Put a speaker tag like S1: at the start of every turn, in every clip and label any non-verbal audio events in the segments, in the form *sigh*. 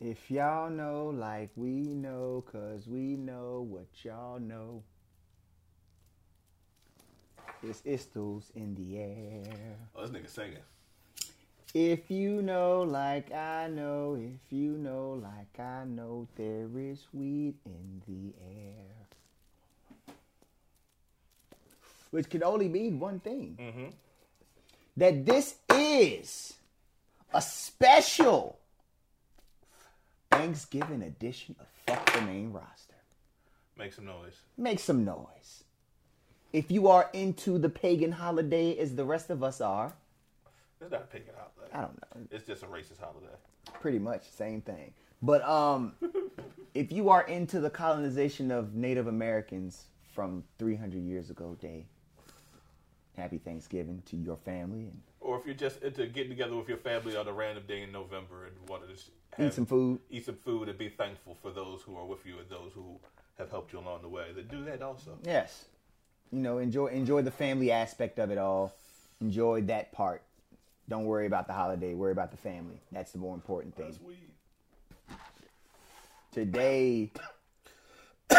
S1: If y'all know, like we know, cause we know what y'all know. It's Istles in the air.
S2: Oh, this nigga singing.
S1: If you know, like I know, if you know, like I know, there is weed in the air. Which could only mean one thing that this is a special Thanksgiving edition of Fuck the Main Roster.
S2: Make some noise.
S1: Make some noise. If you are into the pagan holiday as the rest of us are,
S2: It's not picking out though.
S1: I don't know.
S2: It's just a racist holiday.
S1: pretty much same thing. But um, if you are into the colonization of Native Americans from 300 years ago, day, happy Thanksgiving to your family and
S2: Or if you're just into getting together with your family on a random day in November and want to just
S1: eat some food.
S2: eat some food and be thankful for those who are with you and those who have helped you along the way. Then do that also.
S1: Yes, you know, enjoy enjoy the family aspect of it all. Enjoy that part. Don't worry about the holiday. Worry about the family. That's the more important thing.
S2: That's weed.
S1: Today *coughs*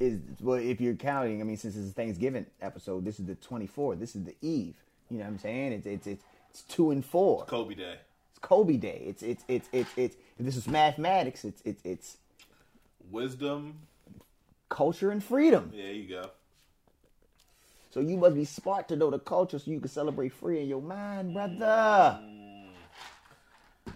S1: is well, if you're counting. I mean, since it's a Thanksgiving episode, this is the 24th. This is the Eve. You know what I'm saying? It's it's it's, it's two and four.
S2: Kobe Day.
S1: It's Kobe Day. It's it's it's it's it's. If this is mathematics, it's it's it's
S2: Wisdom.
S1: culture and freedom.
S2: There you go.
S1: So you must be smart to know the culture so you can celebrate free in your mind, brother.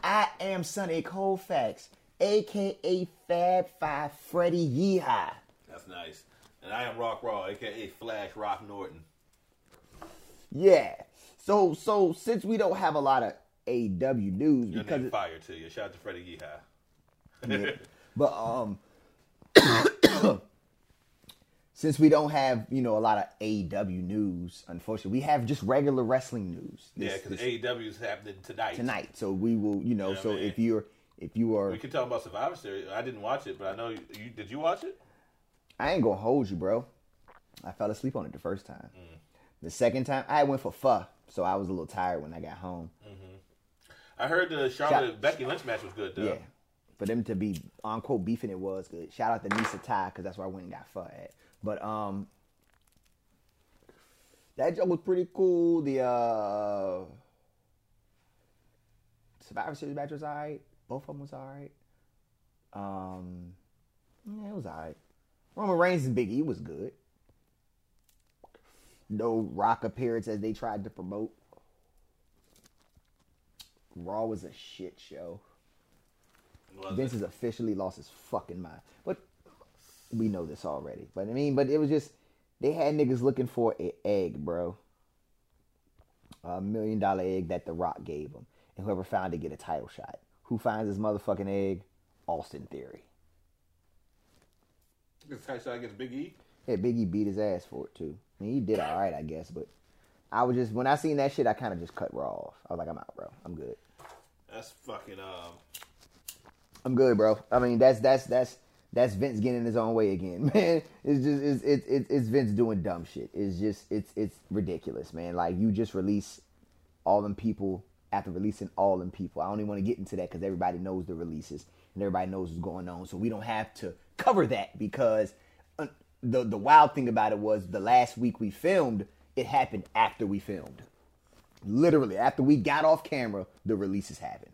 S1: I am Sonny Colfax, aka Fab Five Freddy Yeehaw.
S2: That's nice. And I am Rock Raw, aka Flash Rock Norton.
S1: Yeah. So so since we don't have a lot of AW news
S2: Your
S1: because
S2: name
S1: it-
S2: fire to you. Shout out to Freddie Yeehaw. *laughs*
S1: Yeah. But um *coughs* since we don't have, you know, a lot of AEW news, unfortunately, we have just regular wrestling news.
S2: Yeah,
S1: this-
S2: because
S1: this-
S2: AEW is happening tonight.
S1: tonight. So we will, you know,
S2: Yeah,
S1: so
S2: man.
S1: if you're if you are
S2: We can talk about Survivor Series. I didn't watch it, but I know you, you did. You watch it?
S1: I ain't gonna hold you, bro. I fell asleep on it the first time.
S2: Mm.
S1: The second time I went for pho, so I was a little tired when I got home.
S2: I heard the Charlotte Becky Lynch match was good though.
S1: Yeah. For them to be on quote beefing it was good. Shout out to Nisa Ty, because that's where I went and got pho at. But um that joke was pretty cool. The uh Survivor Series match was alright. Both of them was alright. Um Yeah, it was alright. Roman Reigns and Big E was good. No rock appearance as they tried to promote. Raw was a shit show.
S2: Was
S1: Vince
S2: it?
S1: has officially lost his fucking mind. But we know this already. But I mean, but it was just they had niggas looking for an egg, bro. A million dollar egg that The Rock gave them, and whoever found it get a title shot. Who finds this motherfucking egg? Austin Theory.
S2: This tight shot against Big E.
S1: Yeah, Biggie beat his ass for it too. I mean, he did all right, I guess. But I was just when I seen that shit, I kind of just cut raw off. I was like, I'm out, bro. I'm good.
S2: That's fucking um.
S1: I'm good, bro. I mean, that's that's that's that's Vince getting in his own way again, *laughs* man. It's just it's it's it's, it's Vince doing dumb shit. It's just it's it's ridiculous, man. Like you just release all them people after releasing all them people. I don't even want to get into that because everybody knows the releases and everybody knows what's going on. So we don't have to cover that because uh, the the wild thing about it was the last week we filmed, it happened after we filmed. Literally after we got off camera, the releases happened.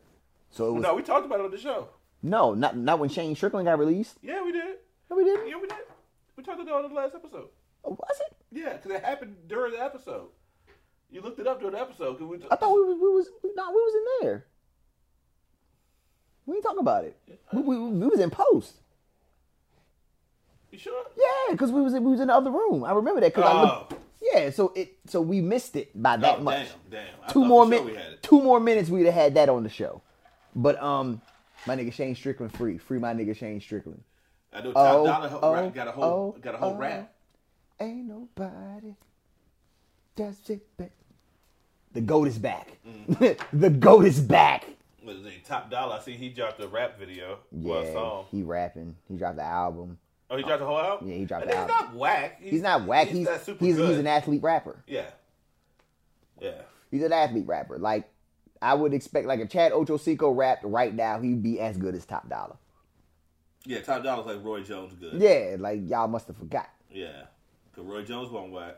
S1: So it was
S2: No, we talked about it on the show.
S1: no, not not when Shane Strickland got released.
S2: Yeah, we did.
S1: No, we didn't.
S2: Yeah, we did. We talked about it on the last episode.
S1: Oh, Was it?
S2: Yeah, because it happened during the episode. You looked it up during the episode. 'cause we
S1: I thought we was we was no, we was in there. We ain't talking about it. We, we, we was in post.
S2: You sure?
S1: Yeah, because we was in, we was in the other room. I remember that. Cause I looked,
S2: Oh.
S1: yeah, so it so we missed it by that
S2: Oh,
S1: much.
S2: Damn, damn. I
S1: Two
S2: thought
S1: more
S2: for sure
S1: minutes.
S2: we had it.
S1: Two more minutes. We'd have had that on the show. But um, my nigga Shane Strickland free. Free my nigga Shane Strickland.
S2: I know Top
S1: Oh,
S2: Dollar ho-
S1: oh,
S2: rap- got a whole
S1: oh,
S2: got a whole
S1: oh.
S2: rap.
S1: Ain't nobody does it better. The goat is back.
S2: Mm.
S1: *laughs* the goat is back.
S2: What is it? Top Dollar. I see he dropped a rap video.
S1: Yeah,
S2: Well, a song.
S1: he rapping. He dropped the album.
S2: Oh, he dropped the whole album.
S1: Yeah, he dropped
S2: And
S1: the
S2: he's
S1: album.
S2: not whack.
S1: He's not whack. He's
S2: not
S1: he's, he's,
S2: good.
S1: an athlete rapper.
S2: Yeah. Yeah.
S1: He's an athlete rapper. Like I would expect like if Chad Ochocinco rapped right now, he'd be as good as Top Dollar.
S2: Yeah, Top Dollar's like Roy Jones good.
S1: Yeah, like y'all must have forgot.
S2: Yeah. Cause Roy Jones won't whack.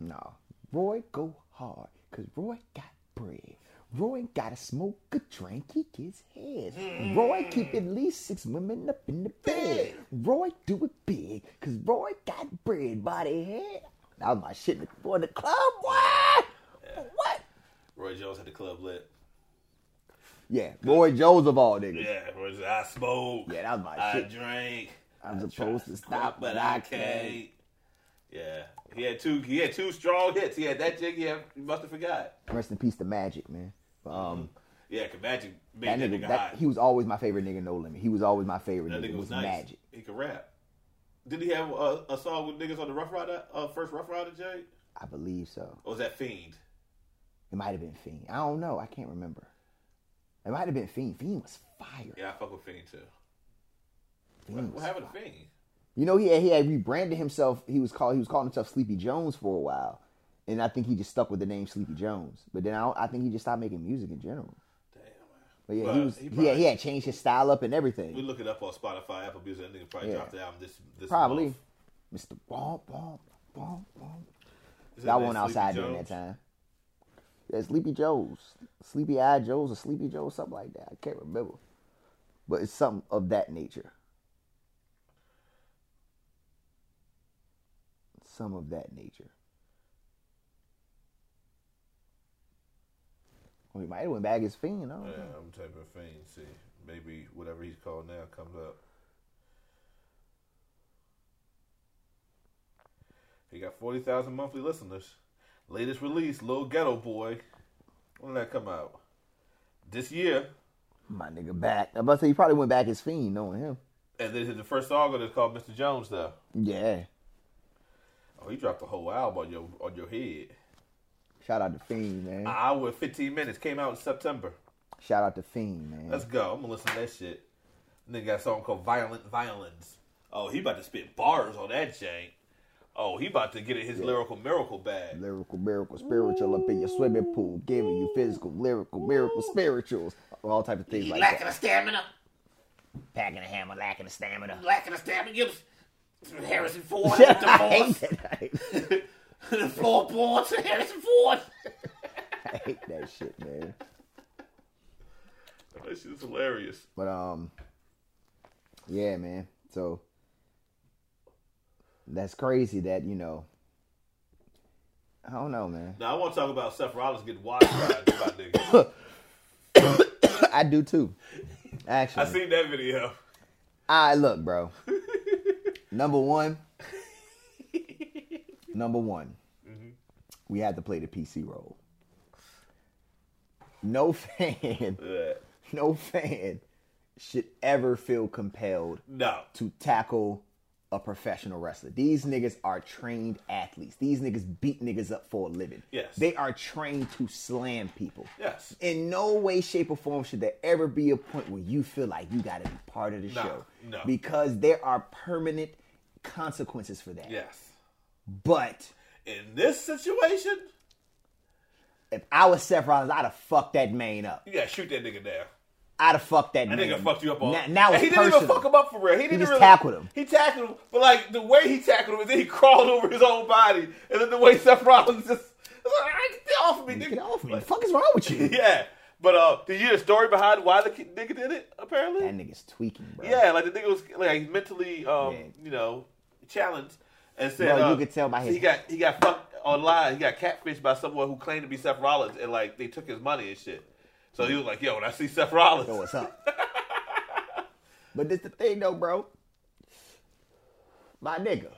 S1: No, Roy go hard, cause Roy got bread. Roy gotta smoke a drink, he gets head. Roy keep at least six women up in the bed. Roy do it big, cause Roy got bread, body head. That was my shit in the, boy, in the club, what? What?
S2: Roy Jones had the club lit.
S1: Yeah, Roy Jones of all niggas.
S2: Yeah, Roy Jones, I smoke.
S1: Yeah, that was my
S2: I
S1: shit.
S2: drank.
S1: I'm
S2: I
S1: supposed
S2: tried
S1: to stop,
S2: quit,
S1: but I can't.
S2: Yeah. He had two he had two strong hits. He had that jig, he, had, he must have forgot.
S1: Rest in peace to Magic, man. Um,
S2: Yeah, could Magic made
S1: that
S2: that,
S1: nigga,
S2: nigga
S1: that,
S2: hot.
S1: he was always my favorite nigga. No limit. He was always my favorite
S2: that
S1: nigga.
S2: nigga
S1: It
S2: was
S1: was
S2: nice.
S1: Magic.
S2: He could rap. Did he have a, a song with niggas on the Rough Rider, uh, first Rough Rider, Jay?
S1: I believe so.
S2: Or was Oh, that Fiend?
S1: It might have been Fiend. I don't know. I can't remember. It might have been Fiend. Fiend was fire.
S2: Yeah, I fuck with Fiend too. What,
S1: Fiend
S2: what
S1: was
S2: happened to Fiend?
S1: You know, he had, he had rebranded himself. He was called he was calling himself Sleepy Jones for a while, and I think he just stuck with the name Sleepy Jones. But then I, don't, I think he just stopped making music in general.
S2: Damn, man.
S1: But yeah, he
S2: Well,
S1: was
S2: he
S1: he, had,
S2: probably-
S1: he had changed his style up and
S2: We
S1: everything.
S2: look it up on Spotify, Apple Music. That nigga probably
S1: Yeah.
S2: dropped the album this this
S1: Probably,
S2: month.
S1: Mister Bump Bump Bump Bump.
S2: Is
S1: Y'all
S2: that
S1: went
S2: Sleepy
S1: outside during that
S2: Jones?
S1: time. Yeah, Sleepy Joe's, Sleepy Eye Joe's, or Sleepy Joe, something like that. I can't remember, but it's something of that nature. Some of that nature. We Oh, might have went back as fiend. I don't know.
S2: Yeah, I'm typing Fiend. See, maybe whatever he's called now comes up. He got forty thousand monthly listeners. Latest release, Lil Ghetto Boy. When did that come out? This year.
S1: My nigga back. I'm about to say he probably went back as fiend, knowing him.
S2: And then the first song on it is called Mr. Jones though.
S1: Yeah.
S2: Oh, he dropped the whole album on your on your head.
S1: Shout out to Fiend, man.
S2: An hour and fifteen minutes came out in September.
S1: Shout out to Fiend, man.
S2: Let's go. I'm gonna listen to that shit. Nigga got a song called Violent Violins. Oh, he about to spit bars on that jank. Oh, he about to get in his lyrical miracle bag.
S1: Lyrical, miracle, spiritual up in your swimming pool, giving you physical, lyrical, miracle, spirituals, all type of things like
S3: lacking
S1: that.
S3: the stamina,
S1: Packing a hammer, lacking the stamina.
S3: lacking the stamina. You Harrison Ford,
S1: *laughs* I hate
S3: the
S1: that. I hate,
S3: *laughs* the floorboards, of Harrison Ford.
S1: I hate that shit, man.
S2: That shit's hilarious.
S1: But um, yeah, man. So that's crazy that you know. I don't know, man.
S2: Now I want to talk about Seth Rollins getting washed by by
S1: *laughs*
S2: niggas.
S1: I do *laughs* too. Actually,
S2: I seen that video.
S1: I look, bro. number one. number one. We had to play the PC role. No *laughs* fan,
S2: Yeah.
S1: no fan should ever feel compelled
S2: No,
S1: to tackle a professional wrestler. These niggas are trained athletes. These niggas beat niggas up for a living.
S2: Yes.
S1: They are trained to slam people.
S2: Yes.
S1: In no way, shape, or form should there ever be a point where you feel like you gotta be part of the
S2: No,
S1: show.
S2: no.
S1: Because there are permanent consequences for that.
S2: yes.
S1: But
S2: In this situation,
S1: if I was Seth Rollins, I'd have fucked that man up.
S2: you gotta shoot that nigga down.
S1: I'd have fucked that
S2: That
S1: man.
S2: nigga fucked you up on.
S1: Now, now
S2: and
S1: it's
S2: he didn't
S1: personal.
S2: even fuck him up for real. He didn't
S1: just
S2: really,
S1: tackled him.
S2: He tackled him, but like the way he tackled him, and then he crawled over his own body, and then the way Seth Rollins just, I get off of me, nigga.
S1: Get off me. What the fuck is wrong with you?
S2: *laughs* Yeah, but uh, did you hear the story behind why the kid- nigga did it? Apparently,
S1: That nigga's tweaking, bro.
S2: yeah, like the nigga was like mentally, um,
S1: Yeah.
S2: you know, challenged, and
S1: Bro,
S2: said,
S1: you
S2: uh,
S1: could tell by
S2: so
S1: his-
S2: he got he got fucked online. He got catfished by someone who claimed to be Seth Rollins, and like they took his money and shit. So he was like, "Yo, when I see Seth Rollins,
S1: know what's up.
S2: *laughs*
S1: but this the thing though, bro. My nigga,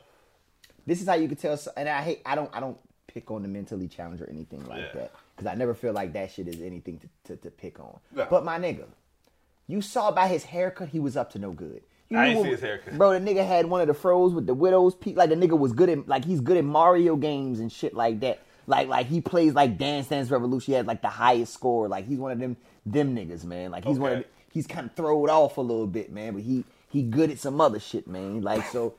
S1: this is how you can tell. so- And I hate, I don't, I don't pick on the mentally challenged or anything like
S2: Yeah.
S1: that because I never feel like that shit is anything to to, to pick on.
S2: No.
S1: But my nigga, you saw by his haircut, he was up to no good. You
S2: I
S1: knew
S2: ain't
S1: what-
S2: see his haircut.
S1: bro. The nigga had one of the froze with the widows. Pe- like the nigga was good at, like he's good at Mario games and shit like that. Like like he plays like Dance Dance Revolution. He had like the highest score. Like he's one of them them niggas, man. Like he's one of
S2: Okay.
S1: the- he's kind of throwed off a little bit, man. But he he good at some other shit, man. Like so,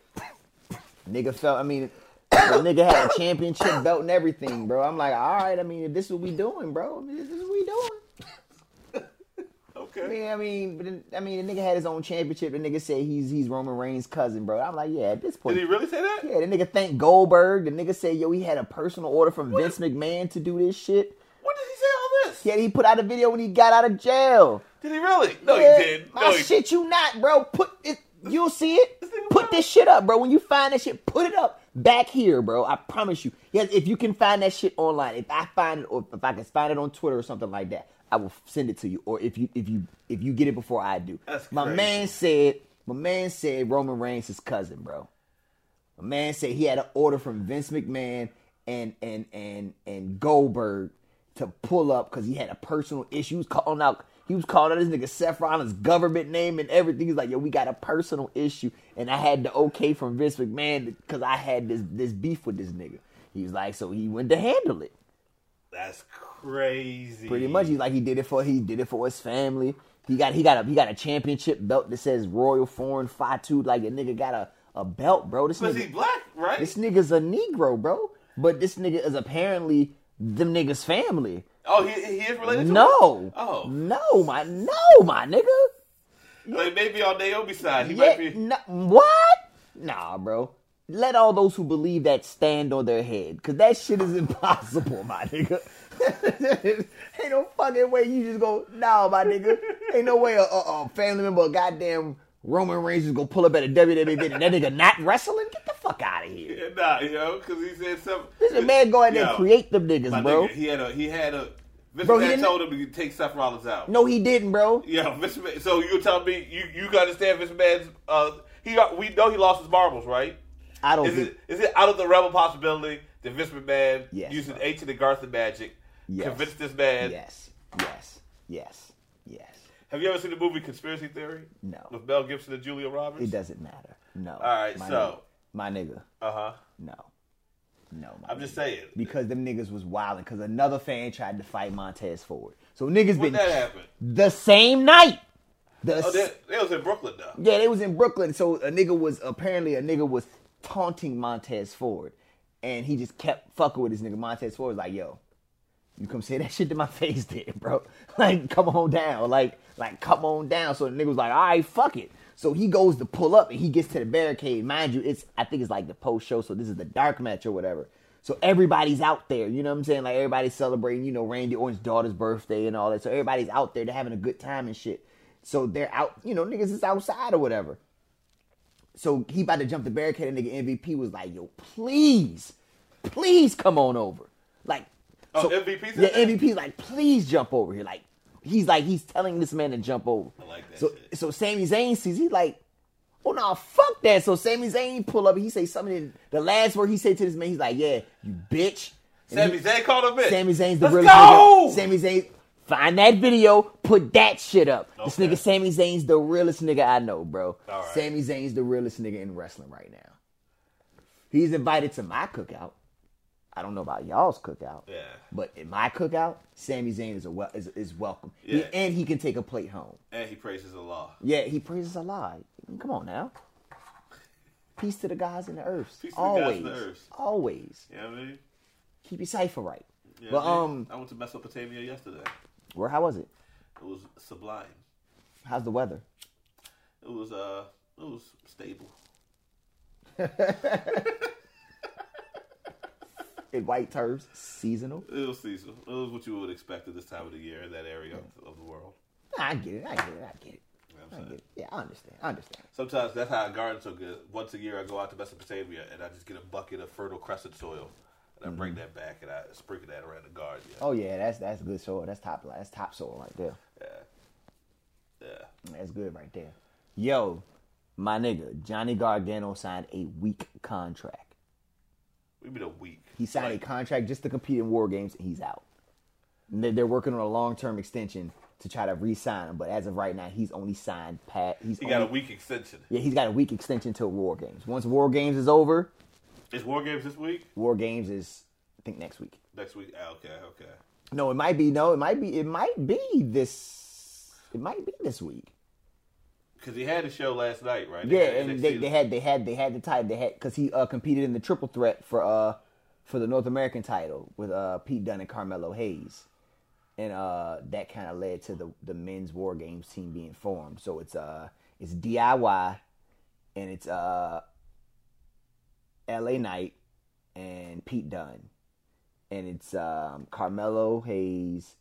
S1: nigga felt. I mean, the nigga had a championship belt and everything, bro. I'm like, all right. I mean, if this what we doing, bro. I mean, this is what we doing. I
S2: Okay.
S1: mean, I mean, but then- I mean, the nigga had his own championship. The nigga said he's he's Roman Reigns' cousin, bro. I'm like, yeah, at this point,
S2: Did he really say that?
S1: yeah, the nigga thanked Goldberg. The nigga said, yo, he had a personal order from Vince McMahon to do this shit.
S2: When did he say all this?
S1: Yeah, he put out a video when he got out of jail.
S2: Did he really? No,
S1: Yeah,
S2: he didn't.
S1: I
S2: No, he
S1: shit you not, bro. Put it. You'll see it.
S2: This nigga
S1: Put
S2: wild.
S1: this shit up, bro. When you find that shit, put it up back here, bro. I promise you. Yes, if you can find that shit online, if I find it, or if I can find it on Twitter or something like that, I will send it to you. Or if you if you if you get it before I do.
S2: That's
S1: my
S2: crazy.
S1: man said. My man said Roman Reigns his cousin, bro. My man said he had an order from Vince McMahon and and and and Goldberg to pull up because he had a personal issue. He was calling out. He was calling out his nigga Seth Rollins' government name and everything. He's like, "Yo, we got a personal issue," and I had the okay from Vince McMahon because I had this this beef with this nigga. He was like, so he went to handle it.
S2: That's crazy.
S1: Pretty much, he's like, he did it for he did it for his family. He got he got a he got a championship belt that says Royal Foreign Fatu. Like the nigga got a, a belt, bro. This
S2: Because
S1: nigga,
S2: he black, right?
S1: this nigga's a Negro, bro. But this nigga is apparently them niggas' family.
S2: oh, he, he is related to
S1: No.
S2: him? Oh.
S1: No, my no, my nigga.
S2: Like maybe on Naomi's side. He
S1: Yeah,
S2: might be. *laughs*
S1: no- what? Nah, bro. Let all those who believe that stand on their head, cause that shit is *laughs* impossible, my nigga. *laughs* Ain't no fucking way you just go, nah, my nigga. Ain't no way a, a, a family member, a goddamn Roman Reigns, is gonna pull up at a WWE event and that nigga not wrestling. Get the fuck out of here.
S2: Yeah, Nah, yo, because he said something.
S1: This is a man go out there and
S2: Yo,
S1: create them niggas,
S2: my
S1: bro.
S2: nigga, he had a. He had a. Vince
S1: Bro, he
S2: McMahon
S1: didn't-
S2: told him to take Seth Rollins out.
S1: No, he didn't, bro.
S2: Yeah, Vince McMahon. So you tell me you you gotta understand Vince McMahon's? Uh, he got- we know he lost his marbles, right?
S1: I don't
S2: Is
S1: think.
S2: it is it out of the realm of possibility that Vince McMahon
S1: Yes,
S2: using
S1: bro.
S2: ancient and Garth magic
S1: Yes.
S2: convinced this man?
S1: Yes, yes, yes, yes.
S2: Have you ever seen the movie Conspiracy Theory?
S1: No.
S2: With Mel Gibson and Julia Roberts.
S1: It doesn't matter. No. All
S2: right,
S1: my
S2: so-
S1: nigga. my nigga,
S2: Uh huh.
S1: no, no. My
S2: I'm just
S1: nigga.
S2: saying.
S1: because them niggas was wilding. Because another fan tried to fight Montez Ford. So niggas
S2: When
S1: been
S2: that happened?
S1: the same night. The
S2: Oh,
S1: s-
S2: that, that was in Brooklyn though.
S1: yeah, they was in Brooklyn. So a nigga was apparently a nigga was taunting Montez Ford, and he just kept fucking with this nigga. Montez Ford was like, "Yo, you come say that shit to my *laughs* face, then, bro. Like, come on down. Like, like come on down." So the nigga was like, "All right, fuck it." So he goes to pull up and he gets to the barricade. Mind you, it's I think it's like the post show, so this is the dark match or whatever. So everybody's out there, you know what I'm saying? Like everybody's celebrating, you know, Randy Orton's daughter's birthday and all that. So everybody's out there, they're having a good time and shit. So they're out, you know, niggas is outside or whatever. So he about to jump the barricade, and nigga MVP was like, "Yo, please, please come on over." Like,
S2: Oh, MVP said
S1: Yeah,
S2: that?
S1: MVP's like, "Please jump over here." Like, he's like, he's telling this man to jump over.
S2: I like that
S1: So,
S2: shit.
S1: so Sami Zayn sees he's like, "Oh no, fuck that." So Sami Zayn pull up, and he say something. and The last word he said to this man, he's like, "Yeah, you bitch." And
S2: Sami
S1: he-
S2: Zayn called him in.
S1: Sami Zayn's the
S2: Let's
S1: realest
S2: go!
S1: nigga. Sami Zayn, find that video, put that shit up. This
S2: Okay.
S1: nigga Sami Zayn's the realest nigga I know, bro.
S2: All right.
S1: Sami Zayn's the realest nigga in wrestling right now. He's invited to my cookout. I don't know about y'all's cookout,
S2: Yeah.
S1: but in my cookout, Sami Zayn is a wel- is, is welcome, He-
S2: Yeah.
S1: and he can take a plate home.
S2: And he praises the law.
S1: Yeah, he praises Allah. Come on now. Peace to the gods and the earths.
S2: Peace to the gods
S1: always,
S2: and the earths.
S1: always
S2: You know what I mean?
S1: keep your cipher right.
S2: You know
S1: but
S2: what I mean?
S1: um,
S2: I went to Mesopotamia yesterday.
S1: where how was it?
S2: It was sublime.
S1: How's the weather?
S2: It was uh, it was stable.
S1: in white terms, seasonal.
S2: It was seasonal. It was what you would expect at this time of the year in that area of, of the world.
S1: Nah, I get it. I get it. I get it.
S2: You know
S1: I
S2: what I'm
S1: get
S2: saying?
S1: it. Yeah, I understand. I understand.
S2: Sometimes that's how I garden so good. Once a year, I go out to Mesopotamia and I just get a bucket of fertile crescent soil and I bring that back and I sprinkle that around the garden. Yeah,
S1: Mm-hmm. Oh yeah, that's that's good soil. That's top that's top soil right there.
S2: yeah.
S1: That's good right there. Yo, my nigga, Johnny Gargano signed a week contract.
S2: We been a week.
S1: He signed
S2: Like,
S1: a contract just to compete in war games and he's out. And they- They're working on a long term extension to try to re sign him, but as of right now he's only signed pat he's
S2: He got a
S1: only-
S2: week extension.
S1: Yeah, he's got a week extension till war games. Once war games is over,
S2: Is War Games this week?
S1: war games is I think next week.
S2: Next week? Ah, okay, okay.
S1: No, it might be. No, it might be. It might be this. It might be this week.
S2: Because he had a show last night, right?
S1: Yeah,
S2: had
S1: and they,
S2: NXT.
S1: they had they had they had the title. They had because he uh, competed in the triple threat for uh for the North American title with uh Pete Dunne and Carmelo Hayes. and uh, that kind of led to the the men's war games team being formed. So it's uh it's DIY, and it's uh L.A. Knight and Pete Dunn, and it's um, Carmelo Hayes,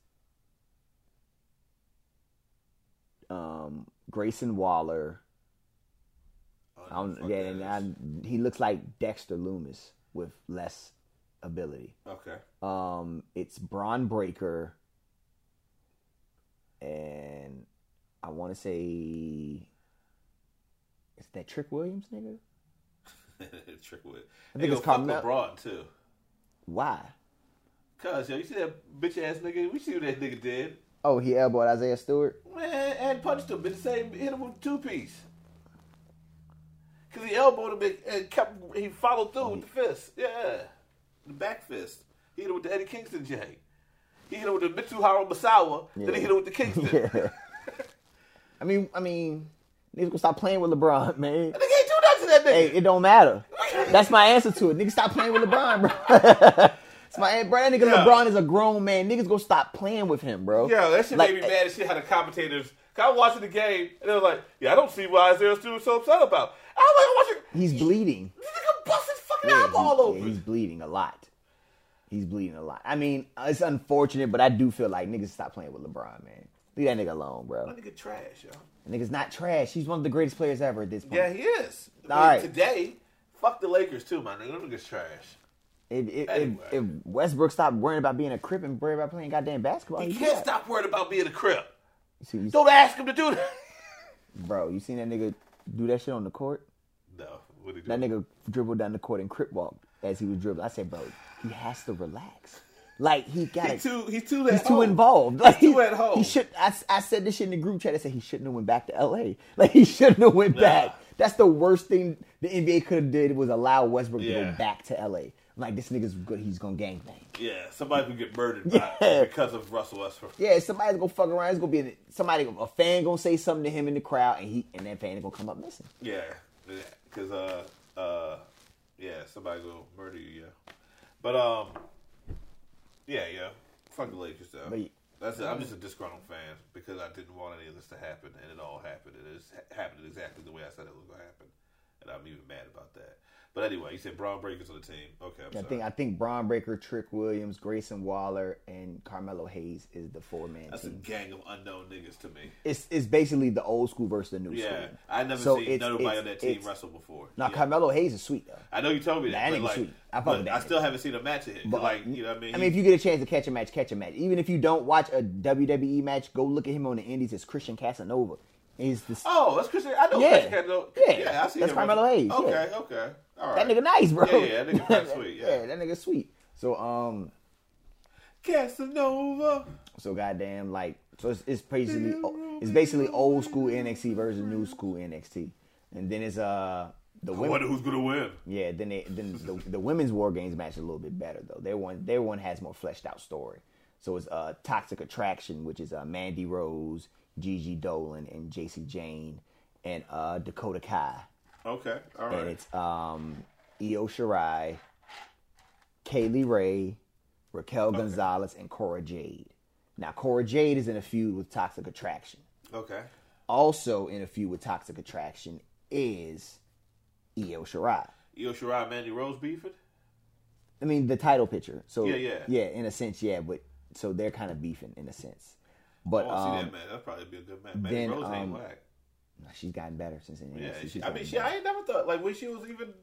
S1: um, Grayson Waller. I don't,
S2: Fuck
S1: yeah,
S2: that
S1: and
S2: is.
S1: I, he looks like Dexter Loomis with less ability.
S2: okay.
S1: Um, it's Braun Breaker, and I want to say is that Trick Williams nigga?
S2: *laughs* Trick with. I
S1: think
S2: think
S1: it's
S2: it's called
S1: Carmel-
S2: LeBron too.
S1: Why?
S2: Cause yo, you see that bitch ass nigga? We see what that nigga did.
S1: Oh, he elbowed Isaiah Stewart.
S2: Man, and punched him in the same hit him with two piece. Cause he elbowed him and kept he followed through with the fist. Yeah. The back fist. He hit him with the Eddie Kingston J. He hit him with the Mitsuharu Masawa, then
S1: Yeah.
S2: he hit him with the Kingston.
S1: *laughs* *laughs* Yeah. I mean, I mean, niggas gonna stop playing with LeBron, *laughs* man.
S2: Nigga ain't do nothing to that nigga.
S1: Hey, it don't matter. That's my answer to it. Niggas stop playing with LeBron, bro. *laughs* it's my eh, bro. That nigga
S2: Yeah.
S1: LeBron is a grown man. Niggas gonna stop playing with him, bro.
S2: Yeah, that shit
S1: Like,
S2: made me mad as shit how the commentators. Cause I was watching the game and they was like, "Yeah, I don't see why Isaiah Stewart's so upset about." I was like, watching
S1: He's bleeding.
S2: this nigga bust his fucking
S1: Yeah, he-
S2: eyeball
S1: yeah,
S2: open.
S1: he's bleeding a lot. He's bleeding a lot. I mean, it's unfortunate, but I do feel like niggas stop playing with LeBron, man. Leave that nigga alone, bro.
S2: That nigga trash, yo.
S1: Nigga's not trash. He's one of the greatest players ever at this point.
S2: Yeah, he is. I
S1: All
S2: mean,
S1: right.
S2: Today, fuck the Lakers too, my nigga. Them niggas trash.
S1: If, if,
S2: Anyway.
S1: if, if Westbrook stopped worrying about being a crip and worried about playing goddamn basketball,
S2: He
S1: he'd be
S2: can't
S1: out.
S2: stop worrying about being a crip.
S1: You see- you see-
S2: Don't ask him to do that. *laughs*
S1: bro, you seen that nigga do that shit on the court?
S2: No, what did he
S1: That
S2: do?
S1: nigga dribbled down the court and crip walked as he was dribbling. I said, bro, he has to relax. Like he got
S2: He
S1: to
S2: too. He's too.
S1: He's
S2: at
S1: too
S2: home.
S1: involved. Like
S2: too at home.
S1: He should. I, I said this shit in the group chat. I said he shouldn't have went back to L.A. *laughs* Like he shouldn't have went back. That's the worst thing the NBA could have did was allow Westbrook to
S2: Yeah.
S1: go back to L.A. Like this nigga's good. He's gonna gangbang.
S2: Yeah, somebody would get murdered
S1: Yeah.
S2: by, because of Russell Westbrook.
S1: Yeah, somebody's gonna fuck around. It's gonna be an, somebody. A fan gonna say something to him in the crowd, and he and that fan is gonna come up missing.
S2: Yeah, because uh, uh, yeah, somebody will murder you. Yeah, but um, yeah, yeah, fuck the Lakers though.
S1: But-
S2: That's it. I'm just a disgruntled fan because I didn't want any of this to happen, and it all happened. It is happened exactly the way I said it was going to happen, and I'm even mad about that. But anyway, you said Braun Breaker's on the team. Okay, I'm
S1: I
S2: sorry.
S1: think I think Braun Breaker, Trick Williams, Grayson Waller, and Carmelo Hayes is the four man
S2: That's a
S1: team.
S2: gang of unknown niggas to me.
S1: It's it's basically the old school versus the new
S2: Yeah,
S1: school.
S2: I never
S1: So
S2: seen
S1: it's-
S2: nobody
S1: it's-
S2: on that team
S1: it's-
S2: wrestle before.
S1: Now
S2: Yeah.
S1: Carmelo Hayes is sweet though.
S2: I know you told me
S1: Nah, that
S2: that, but
S1: nigga
S2: like,
S1: sweet. I fuck
S2: but
S1: with that
S2: I
S1: nigga.
S2: still haven't seen a match of him.
S1: But, uh,
S2: like, you know what I mean?
S1: I mean, if you get a chance to catch a match, catch a match. Even if you don't watch a WWE match, go look at him on the Indies. It's Christian Casanova. He's the
S2: Oh, that's Christian. I know
S1: Yeah.
S2: Christian Candle.
S1: Yeah.
S2: yeah, I see
S1: That's
S2: him.
S1: Carmelo Hayes, yeah.
S2: Okay, okay, all
S1: that
S2: right.
S1: nigga nice, bro.
S2: Yeah,
S1: *laughs*
S2: yeah, that nigga kinda sweet, yeah.
S1: that nigga sweet. So um,
S2: Casanova.
S1: so goddamn like so it's, it's basically it's basically old school NXT versus new school NXT, and then it's uh the
S2: I wonder
S1: women.
S2: who's gonna win.
S1: Yeah, then they, then the, the women's war games match is a little bit better though. Their one their one has more fleshed out story. So it's uh, Toxic Attraction, which is uh, Mandy Rose, Gigi Dolan, and JC Jane, and uh, Dakota Kai,
S2: Okay, all
S1: and
S2: right.
S1: it's um, Io Shirai, Kaylee Ray, Raquel Gonzalez, and Cora Jade. Now Cora Jade is in a feud with Toxic Attraction.
S2: Okay.
S1: Also in a feud with Toxic Attraction is Io Shirai.
S2: Io Shirai, Mandy Rose beefing.
S1: I mean the title picture. So
S2: Yeah, yeah.
S1: in a sense, yeah. But so they're kind of beefing in a sense. But
S2: Oh, I want to
S1: um,
S2: see that match. That'd probably be a good match. Mandy
S1: then,
S2: Rose ain't
S1: um,
S2: whack.
S1: she's gotten better since then.
S2: Yeah,
S1: She's
S2: she, I mean,
S1: gotten
S2: she.
S1: better.
S2: I ain't never thought like when she was even.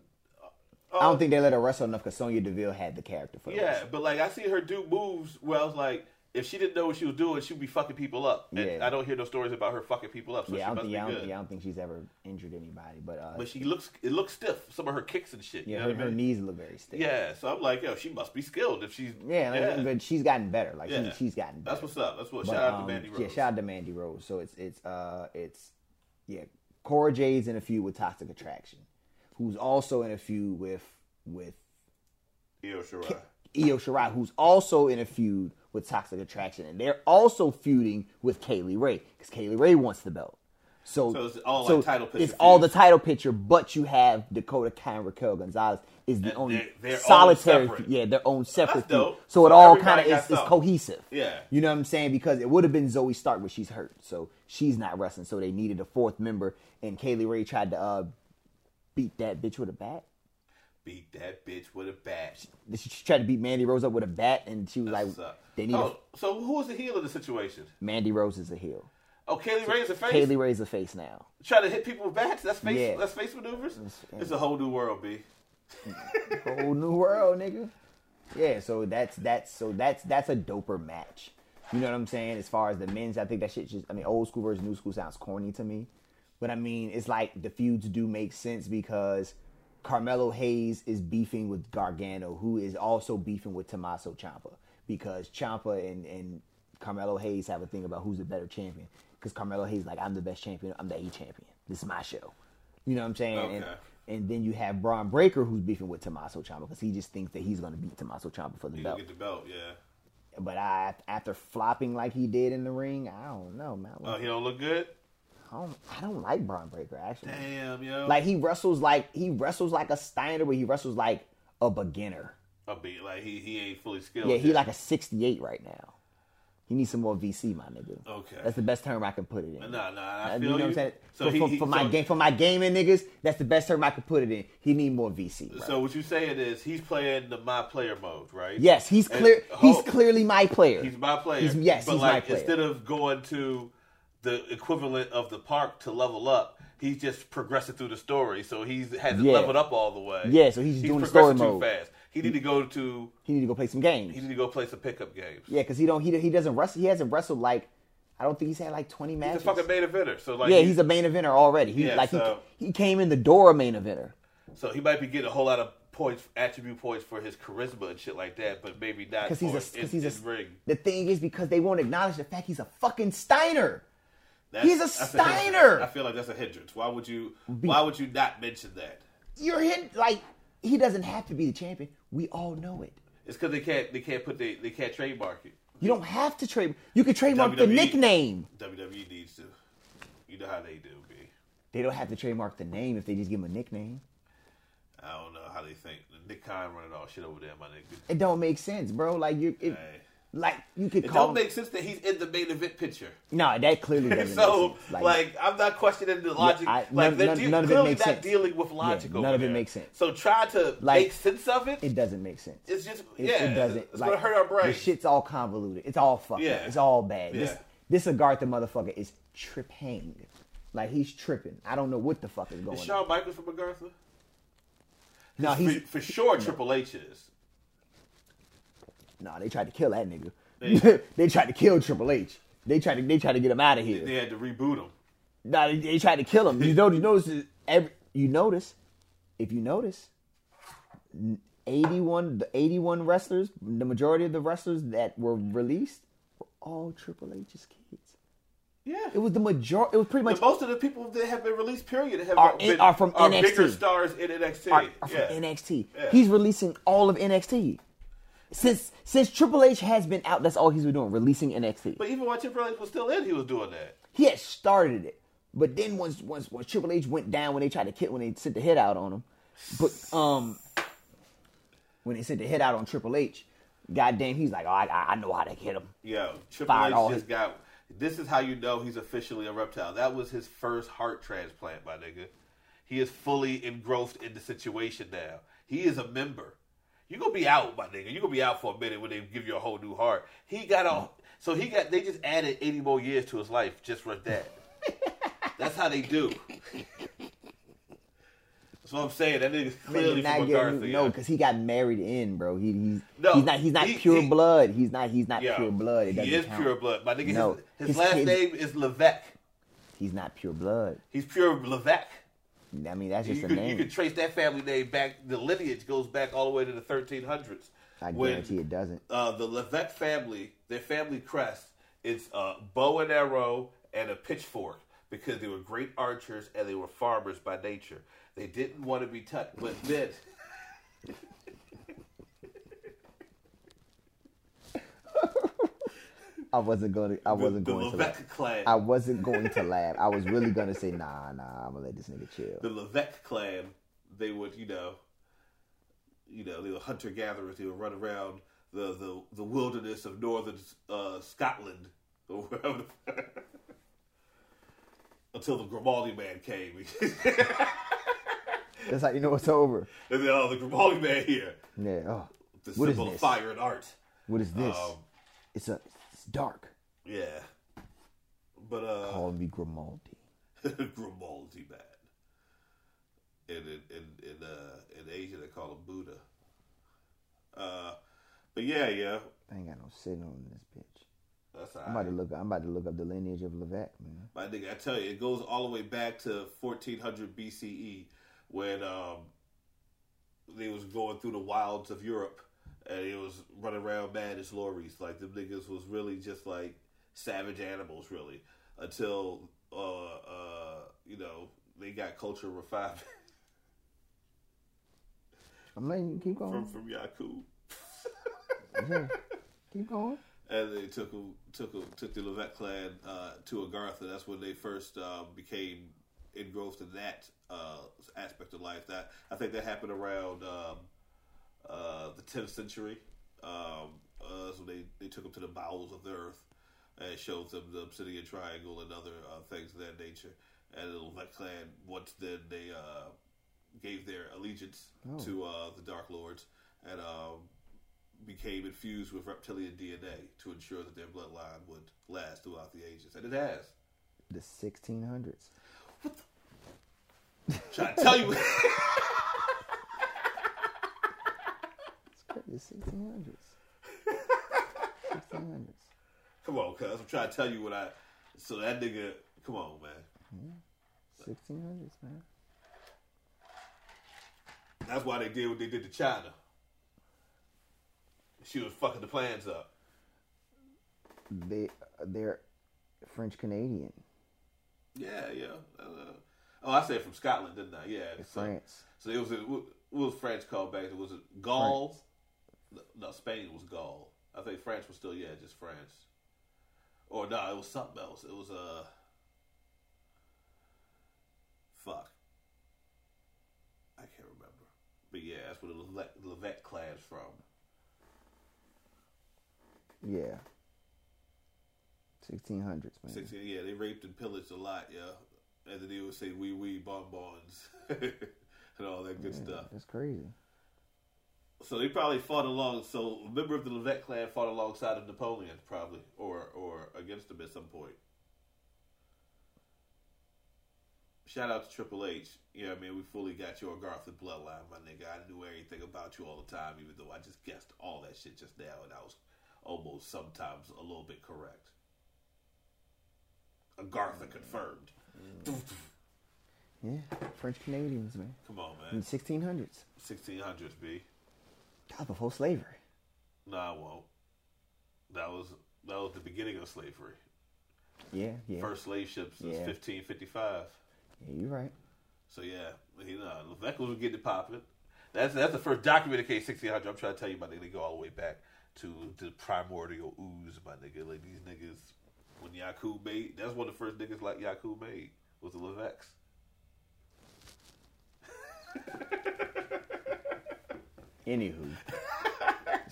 S1: I don't think they let her wrestle enough because Sonya Deville had the character for the
S2: Yeah,
S1: wrestle.
S2: but like I see her do moves where I was like, if she didn't know what she was doing, she'd be fucking people up. And
S1: Yeah.
S2: I don't hear no stories about her fucking people up. So
S1: Yeah, I
S2: she
S1: don't
S2: must
S1: think
S2: be
S1: yeah, I
S2: good.
S1: don't, yeah, I don't think she's ever injured anybody. But uh,
S2: But she looks it looks stiff. Some of her kicks and shit.
S1: yeah,
S2: you know
S1: her,
S2: what I
S1: her
S2: mean?
S1: knees look very stiff.
S2: Yeah, so I'm like, yo, she must be skilled if she's
S1: yeah, like, but she's gotten better. Like
S2: Yeah.
S1: she, she's gotten better.
S2: That's what's up. That's what.
S1: But,
S2: shout out
S1: um,
S2: to Mandy Rose.
S1: Yeah, shout out to Mandy Rose. So it's it's uh it's yeah, Cora Jade's in a feud with Toxic Attraction, who's also in a feud with with
S2: Io Shirai.
S1: Io Shirai, who's also in a feud with Toxic Attraction, and they're also feuding with Kaylee Ray because Kaylee Ray wants the belt. So,
S2: So it's all, like, title picture
S1: It's all the
S2: feuds.
S1: title picture, but you have Dakota Kai and Raquel Gonzalez is the
S2: And
S1: only
S2: they're- they're all
S1: solitary.
S2: separate.
S1: Yeah, their own separate. feud.
S2: dope.
S1: So it
S2: So
S1: all kind
S2: everybody
S1: of
S2: got
S1: is, is
S2: something.
S1: cohesive.
S2: Yeah.
S1: You know what I'm saying? Because it would have been Zoe Stark, but she's hurt, so she's not wrestling. So they needed a fourth member, and Kaylee Ray tried to uh, beat that bitch with a bat.
S2: Beat that bitch with a bat.
S1: She she tried to beat Mandy Rose up with a bat, and she was like,
S2: So,
S1: "They need
S2: oh, so who was the heel of the situation?
S1: a, Mandy Rose is a heel.
S2: Oh, Kaylee Ray's a face.
S1: Kaylee Ray's a face now.
S2: Trying to hit people with bats. That's face.
S1: Yeah.
S2: That's face maneuvers. It's a whole new world, b.
S1: whole new world, nigga. Yeah, so that's that's so that's that's a doper match. You know what I'm saying? As far as the men's, I think that shit just I mean old school versus new school sounds corny to me. But I mean, it's like the feuds do make sense because Carmelo Hayes is beefing with Gargano, who is also beefing with Tommaso Ciampa because Ciampa and and Carmelo Hayes have a thing about who's the better champion. Because Carmelo Hayes like I'm the best champion, I'm the A champion. This is my show. You know what I'm saying? And-
S2: Okay.
S1: and then you have Braun Breaker who's beefing with Tommaso Ciampa because he just thinks that he's going to beat Tommaso Ciampa for the
S2: You
S1: belt.
S2: get the belt, yeah.
S1: But I, after flopping like he did in the ring, I don't know, man.
S2: Oh, he don't look good.
S1: I, don't, I don't like Braun Breaker actually.
S2: Damn, yo.
S1: Like he wrestles like he wrestles like a Steiner, but he wrestles like a beginner.
S2: I mean, Oh, like he he ain't fully skilled.
S1: Yeah, he
S2: yet.
S1: like a 68 right now. He needs some more VC, my nigga.
S2: Okay.
S1: that's the best term I can put it in.
S2: Nah, nah, I
S1: Uh,
S2: feel
S1: you know what I'm saying?
S2: So
S1: for,
S2: he,
S1: for-
S2: he-
S1: for my
S2: so,
S1: game, for my gaming niggas, that's the best term I could put it in. He need more VC. bro.
S2: So what you saying is he's playing the my player mode, right?
S1: yes, he's
S2: And
S1: clear.
S2: ho-
S1: he's clearly my player.
S2: He's my player.
S1: He's- yes,
S2: but
S1: he's my
S2: like
S1: player.
S2: instead of going to the equivalent of the park to level up, he's just progressing through the story. So he's hasn't
S1: Yeah.
S2: leveled up all the way.
S1: Yeah, so he's just doing the
S2: progressing
S1: story
S2: too
S1: mode.
S2: fast. He need to go to
S1: he need to go play some
S2: he
S1: games.
S2: need to go play some pickup games.
S1: Yeah, because he don't he, he doesn't wrestle. He hasn't wrestled like I don't think he's had like twenty
S2: he's a
S1: matches.
S2: fucking main eventer. So like
S1: yeah, he's a main eventer already. He
S2: Yeah,
S1: like
S2: so-
S1: he, he came in the door a main eventer.
S2: so he might be getting a whole lot of points, attribute points for his charisma and shit like that, but maybe not
S1: Because he's a
S2: for
S1: because
S2: in-
S1: he's a
S2: in ring.
S1: the thing is because they won't acknowledge the fact he's a fucking Steiner.
S2: That's-
S1: He's a
S2: that's hindrance.
S1: Steiner!
S2: I feel like that's a hindrance. Why would you? Why would you not mention that?
S1: You're hit like he doesn't have to be the champion. We all know it.
S2: It's because they can't. They can't put. They they can't trademark it.
S1: You don't have to trade. You can trademark the
S2: WWE.
S1: nickname.
S2: WWE E needs to. You know how they do, B.
S1: They don't have to trademark the name if they just give him a nickname.
S2: I don't know how they think. Nick Khan running all shit over there, my nigga.
S1: It don't make sense, bro. Like you, it,
S2: Hey.
S1: like you could
S2: It
S1: call.
S2: don't make sense that he's in the main event picture.
S1: no, that
S2: *laughs*
S1: clearly doesn't.
S2: so,
S1: make sense.
S2: like, I'm not questioning the logic.
S1: I-
S2: like,
S1: none-
S2: they're
S1: none-
S2: de-
S1: none of it
S2: clearly
S1: makes
S2: not
S1: sense.
S2: dealing with logic.
S1: Yeah,
S2: over
S1: none of it
S2: there.
S1: makes sense.
S2: So try to
S1: Like,
S2: make sense of it.
S1: it doesn't make sense.
S2: it's just
S1: It,
S2: yeah.
S1: it doesn't.
S2: It's
S1: like,
S2: gonna hurt our
S1: The
S2: brain.
S1: shit's all convoluted. It's all fucked
S2: Yeah.
S1: up. It's all bad. This
S2: Yeah.
S1: this Agartha motherfucker is tripping. Like he's tripping. I don't know what the fuck is going
S2: Is
S1: on.
S2: Shawn Michaels from MacArthur?
S1: No, he's
S2: for, for sure Triple H is.
S1: no. They tried to kill that nigga.
S2: They-
S1: *laughs* They, tried to kill Triple H. They tried to they tried to get him out of here.
S2: They had to reboot him.
S1: No, they, they tried to kill him. You know, you notice is every, you notice if you notice, eighty one the eighty one wrestlers, the majority of the wrestlers that were released were all Triple H's kids.
S2: Yeah.
S1: It was the major. It was pretty much
S2: But most of the people that have been released, period, have
S1: Are
S2: been,
S1: in- are from NXT.
S2: bigger stars in NXT.
S1: are, are from
S2: yeah.
S1: NXT.
S2: Yeah.
S1: He's releasing all of NXT. Since since Triple H has been out, that's all he's been doing, releasing NXT.
S2: But even while Triple H was still in, he was doing that.
S1: he had started it, but then once once once Triple H went down when they tried to kill when they sent the hit out on him, but um when they sent the hit out on Triple H, goddamn, he's like, oh, I- I, I know how to hit him.
S2: Yo, Triple
S1: Fired
S2: H
S1: all
S2: just
S1: his-
S2: got. This is how you know he's officially a reptile. That was his first heart transplant, my nigga. He is fully engrossed in the situation now. He is a member. You gonna be out, my nigga. You gonna be out for a minute when they give you a whole new heart. He got a. So he got. They just added eighty more years to his life just for that.
S1: *laughs*
S2: That's how they do. That's what I'm saying. That nigga's
S1: Man,
S2: clearly
S1: you're not
S2: from
S1: getting-
S2: MacArthur.
S1: no,
S2: yo.
S1: because he got married in, bro. He, he's
S2: No,
S1: he's not he's not
S2: he-
S1: pure
S2: he-
S1: blood. He's not he's not
S2: Yeah.
S1: pure blood. It
S2: he
S1: doesn't
S2: is
S1: count.
S2: pure blood. My nigga,
S1: No,
S2: his, his,
S1: his
S2: last
S1: kids-
S2: name is Levesque.
S1: He's not pure blood.
S2: He's pure Levesque.
S1: I mean, that's just
S2: You
S1: a
S2: could, you
S1: name.
S2: could trace that family name back. The lineage goes back all the way to the 1300s.
S1: I
S2: when,
S1: guarantee it doesn't.
S2: Uh, the Levesque family, their family crest, is a bow and arrow and a pitchfork because they were great archers and they were farmers by nature. They didn't want to be touched, but then.
S1: I wasn't going to. I wasn't
S2: the
S1: going to.
S2: Levesque
S1: Laugh.
S2: clan.
S1: I wasn't going to laugh. I was really going to say, nah, nah. I'm gonna let this nigga chill.
S2: the Levesque clan, they would, you know, you know, they were hunter gatherers. They would run around the, the, the wilderness of northern uh, Scotland or wherever. the- *laughs* Until the Grimaldi man came. *laughs* and
S1: That's how you know it's over.
S2: then, oh, the Grimaldi man here.
S1: Yeah. Oh,
S2: The
S1: What is
S2: symbol of
S1: this?
S2: fire and art.
S1: what is this?
S2: Um,
S1: it's a. It's dark.
S2: yeah. But, uh. *laughs*
S1: Call me Grimaldi.
S2: Grimaldi man. And in in in, uh, in Asia they call him Buddha. Uh, but yeah, yeah,
S1: I ain't got no signal in this bitch.
S2: that's
S1: I'm about
S2: alright.
S1: to look. I'm about to look up the lineage of Levesque, man.
S2: My nigga, I tell you, it goes all the way back to 1400 BCE E when um, they was going through the wilds of Europe and it was running around mad as lorries. Like them niggas was really just like savage animals, really, until uh, uh, you know they got cultural refinement.
S1: I'm letting you keep
S2: *laughs* from
S1: going.
S2: from Yakub,
S1: Yeah. Keep going.
S2: and they took 'em- took 'em- took the Levette clan uh, to Agartha. That's when they first uh, became engrossed in that uh, aspect of life. That I think that happened around um, uh, the 10th century. Um, uh, that's when they they took them to the bowels of the earth and showed them the Obsidian Triangle and other uh, things of that nature. And the Levette clan once then they uh, gave their allegiance to uh, the Dark Lords and. Um, became infused with reptilian DNA to ensure that their bloodline would last throughout the ages, and it has.
S1: The 1600s.
S2: Try to tell you, *laughs*
S1: It's crazy. The 1600s. 1600s.
S2: come on, cuz I'm trying to tell you what I. So that nigga, come on, man.
S1: 1600s, man.
S2: That's why they did what they did to China. She was fucking the plans up.
S1: They uh, they're French Canadian.
S2: Yeah, yeah. Uh, oh, I said from Scotland, didn't I? Yeah, so,
S1: France.
S2: So it was it, what was France called back? then? Was it Gaul? No, no, Spain was Gaul. I think France was still yeah, just France. Or no, it was something else. It was uh fuck. I can't remember. But yeah, that's where the Levette, Levette clan's from.
S1: Yeah. 1600s, man.
S2: Six, yeah, they raped and pillaged a lot, yeah. And then they would say wee wee bonbons *laughs* and all that good stuff.
S1: That's crazy.
S2: So they probably fought along. So a member of the Levette clan fought alongside of Napoleon, probably, or or against him at some point. Shout out to Triple H. Yeah, I mean, we fully got your Garfield bloodline, my nigga. I knew everything about you all the time, even though I just guessed all that shit just now, and I was almost sometimes a little bit correct. Agartha confirmed.
S1: Yeah. French Canadians, man.
S2: Come on,
S1: In
S2: man.
S1: 1600s.
S2: 1600s, B.
S1: God, before slavery.
S2: No, I won't. That was that was the beginning of slavery.
S1: Yeah, yeah.
S2: First slave ships since
S1: Yeah.
S2: 1555.
S1: yeah you're right.
S2: So yeah, you know, Levesque was getting it popping. That's that's the first documented case 1600. I'm trying to tell you, my nigga, they go all the way back to the primordial ooze, my nigga. Like these niggas, when Yaku made, that's one of the first niggas like Yaku made was the Levesques.
S1: Anywho,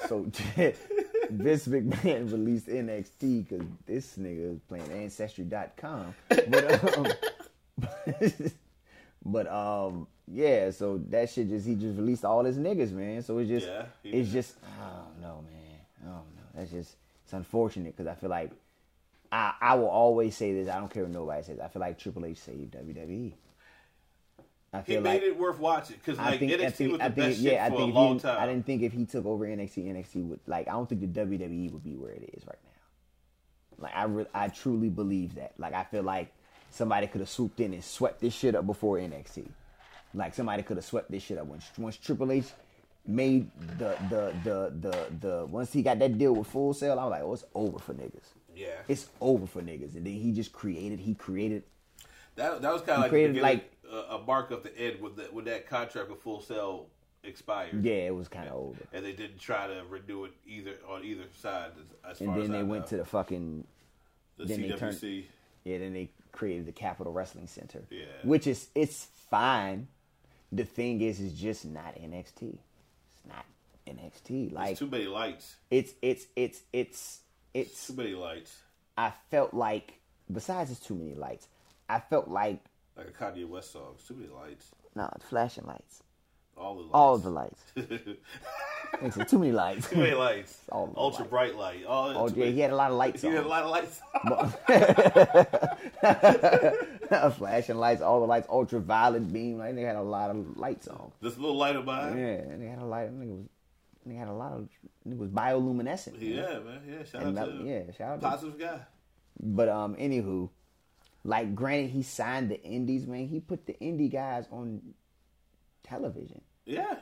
S1: so *laughs* Vince McMahon released NXT because this nigga was playing Ancestry.com. But um, *laughs* but um, yeah. So that shit just he just released all his niggas, man. So it's just
S2: Yeah, he
S1: it's
S2: did.
S1: just I don't know, man. I don't know. That's just it's unfortunate because I feel like I I will always say this. I don't care what nobody says. I feel like Triple H saved WWE. I
S2: He
S1: feel
S2: made it worth watching because like NXT was the best shit for
S1: if
S2: a long
S1: he,
S2: time.
S1: I didn't think if he took over NXT, NXT would like. I don't think the WWE would be where it is right now. Like I, re- I truly believe that. Like I feel like somebody could have swooped in and swept this shit up before NXT. Like somebody could have swept this shit up once. Once Triple H made the the the the the once he got that deal with Full Sail, I was like, oh, it's over for niggas.
S2: yeah,
S1: It's over for niggas. And then he just created. He created
S2: That that was kind of like, uh,
S1: created,
S2: created,
S1: like-
S2: a, a mark of the end with that with that contract with Full Sail expired.
S1: Yeah, it was kind of older.
S2: And they didn't try to renew it either on either side. As, as
S1: And
S2: far
S1: then
S2: as
S1: they
S2: I
S1: went
S2: know.
S1: to the fucking
S2: the
S1: then they
S2: CWC.
S1: turned- yeah. Then they created the Capital Wrestling Center,
S2: Yeah.
S1: which is it's fine. The thing is, it's just not NXT. It's not NXT. Like
S2: It's too many lights.
S1: it's it's it's it's it's
S2: Too many lights.
S1: I felt like besides it's too many lights, I felt like
S2: Like a Kanye West song. It's too many lights.
S1: no it's flashing lights,
S2: All the
S1: *laughs*
S2: lights.
S1: all the
S2: *laughs*
S1: lights. They said, too many lights.
S2: too many lights.
S1: All the
S2: Ultra
S1: lights.
S2: bright light.
S1: *laughs*
S2: All
S1: Oh
S2: too
S1: yeah,
S2: many- *laughs*
S1: he had a lot of lights.
S2: he had
S1: on.
S2: a lot of lights.
S1: *laughs*
S2: *laughs*
S1: flashing lights, all the lights, ultraviolet beam. Like they had a lot of lights on.
S2: this little light of
S1: Yeah,
S2: mine.
S1: and they had a light. And it was, they had a lot of. It was bioluminescent.
S2: Yeah,
S1: man.
S2: man. Yeah, shout
S1: and
S2: out
S1: that,
S2: to him.
S1: yeah, shout out. To,
S2: Positive guy.
S1: but um, anywho, like granted, he signed the indies, man. He put the indie guys on television.
S2: Yeah.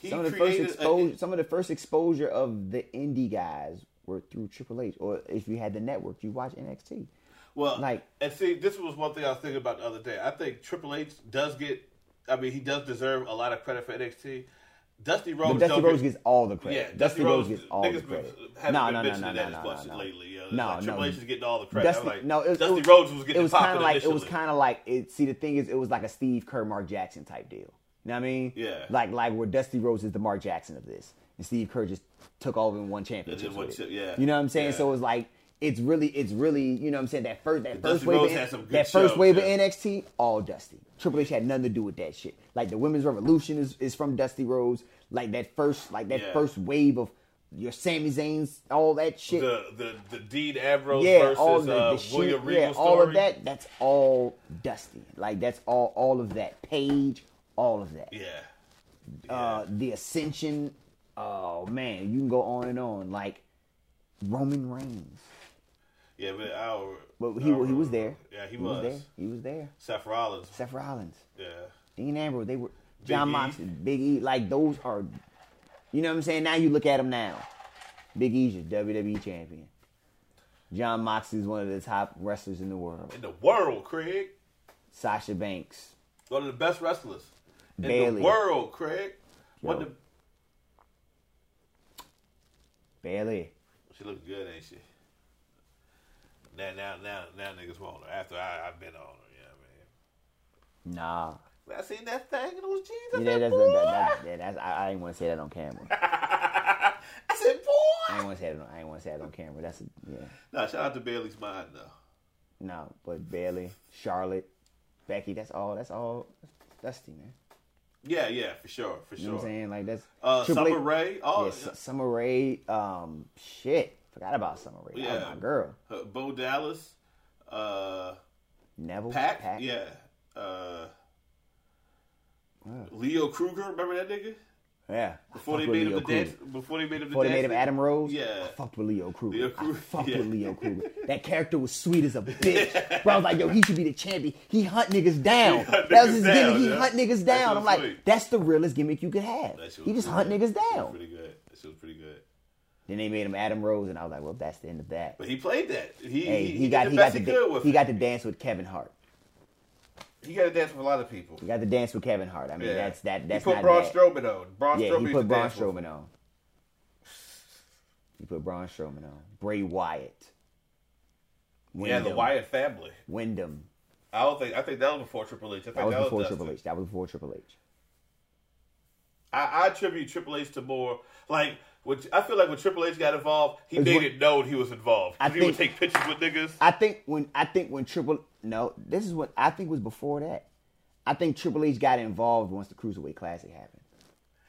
S2: He
S1: some of the first
S2: created a-
S1: exposure, some of the first exposure of the indie guys were through Triple H, or if you had the network, you watch NXT.
S2: Well,
S1: Like-
S2: and see, this was one thing I was thinking about the other day. I think Triple H does get. I mean, he does deserve a lot of credit for NXT. Dusty Rhodes.
S1: But Dusty
S2: don't
S1: Rhodes
S2: get-
S1: gets all the
S2: Yeah,
S1: credit.
S2: Dusty,
S1: Dusty Rhodes gets all
S2: niggas
S1: the
S2: been-
S1: credit.
S2: uh,
S1: No,
S2: Haven't been
S1: no, no,
S2: mentioning
S1: no,
S2: that
S1: no,
S2: as
S1: no,
S2: much
S1: no.
S2: lately. yo. It's
S1: No,
S2: like Triple
S1: no.
S2: H is getting all the credit.
S1: Dusty,
S2: I'm like,
S1: no, it, was-
S2: Dusty
S1: it was,
S2: Rhodes was getting
S1: It was
S2: kind
S1: of like it was kind of like it. See, the thing is, it was like a Steve Kerr, Mark Jackson type deal. You know what I mean?
S2: Yeah.
S1: Like like where Dusty Rhodes is the Mark Jackson of this, and Steve Kerr just took over in one championship.
S2: just one
S1: with
S2: chip,
S1: it.
S2: yeah.
S1: You know what I'm saying?
S2: Yeah.
S1: So it was like it's really it's really you know what I'm saying that first that first
S2: Dusty
S1: wave
S2: Rhodes
S1: of,
S2: had some good
S1: that first
S2: shows,
S1: wave
S2: yeah.
S1: of NXT all Dusty. Triple H had nothing to do with that shit. Like the Women's Revolution is, is from Dusty Rhodes. Like that first like that
S2: Yeah.
S1: first wave of your Sami Zayn's all that shit
S2: the the the Dean Ambrose
S1: yeah,
S2: versus
S1: all the,
S2: uh,
S1: the shit,
S2: William Regal
S1: yeah,
S2: story.
S1: all of that. That's all Dusty. Like that's all, all of that. Page, all of that.
S2: Yeah.
S1: Uh, the Ascension. Oh man, you can go on and on. Like Roman Reigns,
S2: yeah, but I don't,
S1: but
S2: I
S1: he
S2: don't
S1: he was
S2: remember.
S1: there.
S2: Uh, Yeah, he,
S1: he
S2: was.
S1: there. He was there.
S2: Seth Rollins.
S1: Seth Rollins,
S2: Yeah.
S1: Dean Ambrose. They were John
S2: E.
S1: Moxley, Big E. Like those are, you know what I'm saying. Now you look at him now. Big E's your WWE champion. John Moxley's one of the top wrestlers in the world.
S2: In the world, Craig.
S1: Sasha Banks.
S2: One of the best wrestlers in
S1: Bailey.
S2: the world, Craig. One
S1: Yo.
S2: of the,
S1: Bailey.
S2: she look good, ain't she? Now, now, now, now, niggas want her. After I, I've been on her, yeah,
S1: Nah.
S2: man. I seen that thing in those jeans. I
S1: Yeah,
S2: said,
S1: that's,
S2: boy.
S1: that- that- that- that's- I, I didn't want to say that on camera.
S2: *laughs* I said,
S1: I
S2: boy.
S1: didn't want to say that. On, I didn't want to say that on camera. That's yeah.
S2: Nah, shout out to Bailey's mind though.
S1: No, but Bailey, Charlotte, Becky. That's all. That's all. Dusty man.
S2: Yeah, yeah, for sure, for
S1: You know what I'm
S2: sure.
S1: saying? Like that's
S2: Uh,
S1: Triple
S2: Summer
S1: H-
S2: Rae, uh, all
S1: yeah, Su- Summer Rae. Um, shit. Forgot about Summer Rae. That was
S2: Yeah.
S1: my girl.
S2: uh, Bo Dallas, uh,
S1: Neville.
S2: Pac,
S1: Pac.
S2: yeah, uh, Leo Kruger. Remember that nigga?
S1: Yeah. I
S2: Before they
S1: fucked with
S2: made him
S1: Leo
S2: the
S1: Kruger.
S2: dance. Before they made him the
S1: Before they
S2: dance
S1: made him
S2: nigga.
S1: Adam Rose,
S2: Yeah.
S1: I fucked with Leo Kruger.
S2: Leo Kruger,
S1: I fucked
S2: yeah.
S1: with
S2: *laughs*
S1: Leo Kruger. That character was sweet as a bitch. Bro, I was like, yo, he should be the champion. He hunt niggas down.
S2: hunt
S1: that was
S2: niggas
S1: his
S2: down,
S1: gimmick. He
S2: yeah.
S1: hunt niggas
S2: That shit
S1: down.
S2: was
S1: I'm like,
S2: sweet.
S1: that's the realest gimmick you could have.
S2: That shit
S1: He
S2: was
S1: just hunt
S2: pretty
S1: niggas
S2: good. That shit was
S1: down.
S2: Pretty good. That shit was pretty good.
S1: Then they made him Adam Rose, and I was like, well, that's the end of that.
S2: But he played that. He
S1: Hey,
S2: he,
S1: he, got
S2: did
S1: he
S2: the
S1: got
S2: best
S1: to
S2: he
S1: da-
S2: could with
S1: he
S2: it.
S1: got to dance with Kevin Hart.
S2: he got to dance with a lot of people.
S1: He got to dance with Kevin Hart. I mean,
S2: Yeah.
S1: that's that. That's
S2: he put
S1: not
S2: Braun
S1: bad.
S2: Strowman on. Braun
S1: Yeah,
S2: Strowman
S1: he
S2: used to
S1: put Braun
S2: dance with him.
S1: Strowman on. He put Braun Strowman on. Bray Wyatt.
S2: Yeah, the Wyatt family.
S1: Wyndham.
S2: I don't think I think that was before Triple H. I think
S1: That was before
S2: Dustin.
S1: Triple H. That was before Triple H.
S2: I, I attribute Triple H to more like. Which I feel like when Triple H got involved, he
S1: It's
S2: made
S1: what-
S2: it known he was involved.
S1: I
S2: he would
S1: think-
S2: take pictures with niggas.
S1: I think when I think when Triple no, this is what I think was before that. I think Triple H got involved once the Cruiserweight Classic happened.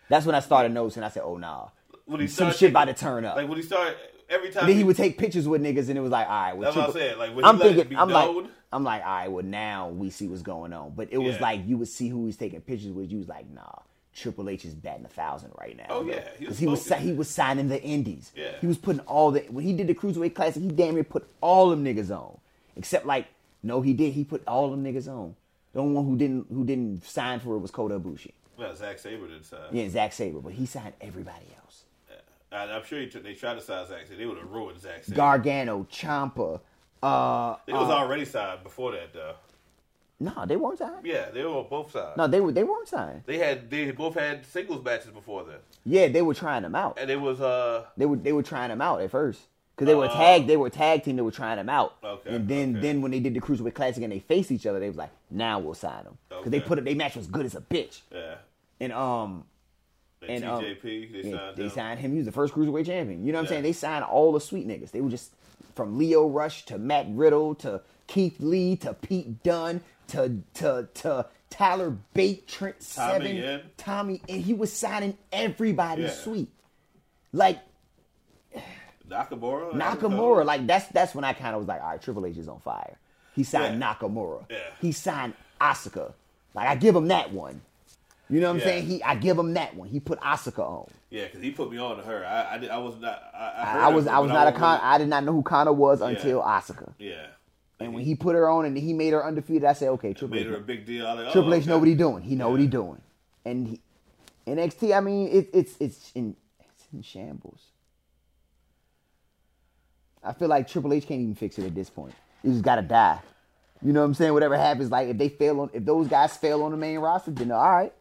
S1: That's when I started noticing. I said, "Oh nah,
S2: When he
S1: some
S2: started
S1: shit
S2: taking-
S1: about to turn up."
S2: Like when he started, every time
S1: then he would take pictures with niggas, and it was like, "All right." Well,
S2: That's what I'm
S1: Triple-
S2: saying, like, when he let it be
S1: I'm like,
S2: known-
S1: I'm like, "All right." Well, now we see what's going on. But it was
S2: Yeah.
S1: like you would see who he's taking pictures with. You was like, "Nah." Triple H is batting a thousand right now.
S2: Oh,
S1: bro.
S2: yeah, he was
S1: 'Cause he was si-
S2: smoking.
S1: he was signing the indies.
S2: Yeah.
S1: he was putting all the when he did the cruiserweight classic, he damn near put all them niggas on. Except like, no, he did. He put all them niggas on. The only one who didn't who didn't sign for it was Kota Ibushi.
S2: well, Zack Sabre did sign.
S1: Yeah, Zack Saber, but he signed everybody else.
S2: And I'm sure he took, they tried to sign Zack Sabre. They would have ruined Zack Sabre.
S1: Gargano, Champa, uh,
S2: it was already signed before that, though.
S1: No, they weren't signed.
S2: Yeah, they were on both sides.
S1: No, they were they weren't signed.
S2: They had they both had singles matches before then,
S1: Yeah, they were trying them out.
S2: and it was uh
S1: They were they were trying them out at first because they were
S2: Oh.
S1: tag they were a tag team. They were trying them out,
S2: Okay,
S1: and then
S2: okay.
S1: then when they did the cruiserweight classic and they faced each other, they was like, now we'll sign them because they
S2: Okay.
S1: put up they match was good as a bitch.
S2: yeah,
S1: And um,
S2: the
S1: And, um,
S2: TJP they
S1: yeah,
S2: signed
S1: they
S2: them.
S1: signed him. He was the first cruiserweight champion. You know what I'm
S2: Yeah.
S1: saying? They signed all the sweet niggas. They were just from Leo Rush to Matt Riddle to Keith Lee to Pete Dunn to to to Tyler Bate, Trent
S2: Tommy
S1: Seven,
S2: Yen.
S1: Tommy, and he was signing everybody
S2: Yeah.
S1: sweet. Like
S2: Nakamura.
S1: Nakamura, like that's that's when I kind of was like, all right, Triple H is on fire. He signed
S2: Yeah.
S1: Nakamura.
S2: Yeah.
S1: He signed Asuka. Like I give him that one. You know what I'm
S2: Yeah.
S1: saying? He I give him that one. He put Asuka on.
S2: yeah, because he put me on to her. I I, did, I was not I, I, heard
S1: I, I was
S2: of her,
S1: I was
S2: but
S1: not a
S2: wasn't
S1: con.
S2: really-
S1: I did not know who Connor was until Asuka.
S2: yeah,
S1: And when he put her on and he made her undefeated, I said, okay, Triple
S2: made
S1: H.
S2: her a big deal. I was like,
S1: Triple
S2: oh,
S1: H
S2: okay.
S1: know what he doing. He know what he doing. And he, NXT, I mean, it, it's it's in it's in shambles. I feel like Triple H can't even fix it at this point. You just gotta die. You know what I'm saying? Whatever happens, like if they fail on, if those guys fail on the main roster, then all right.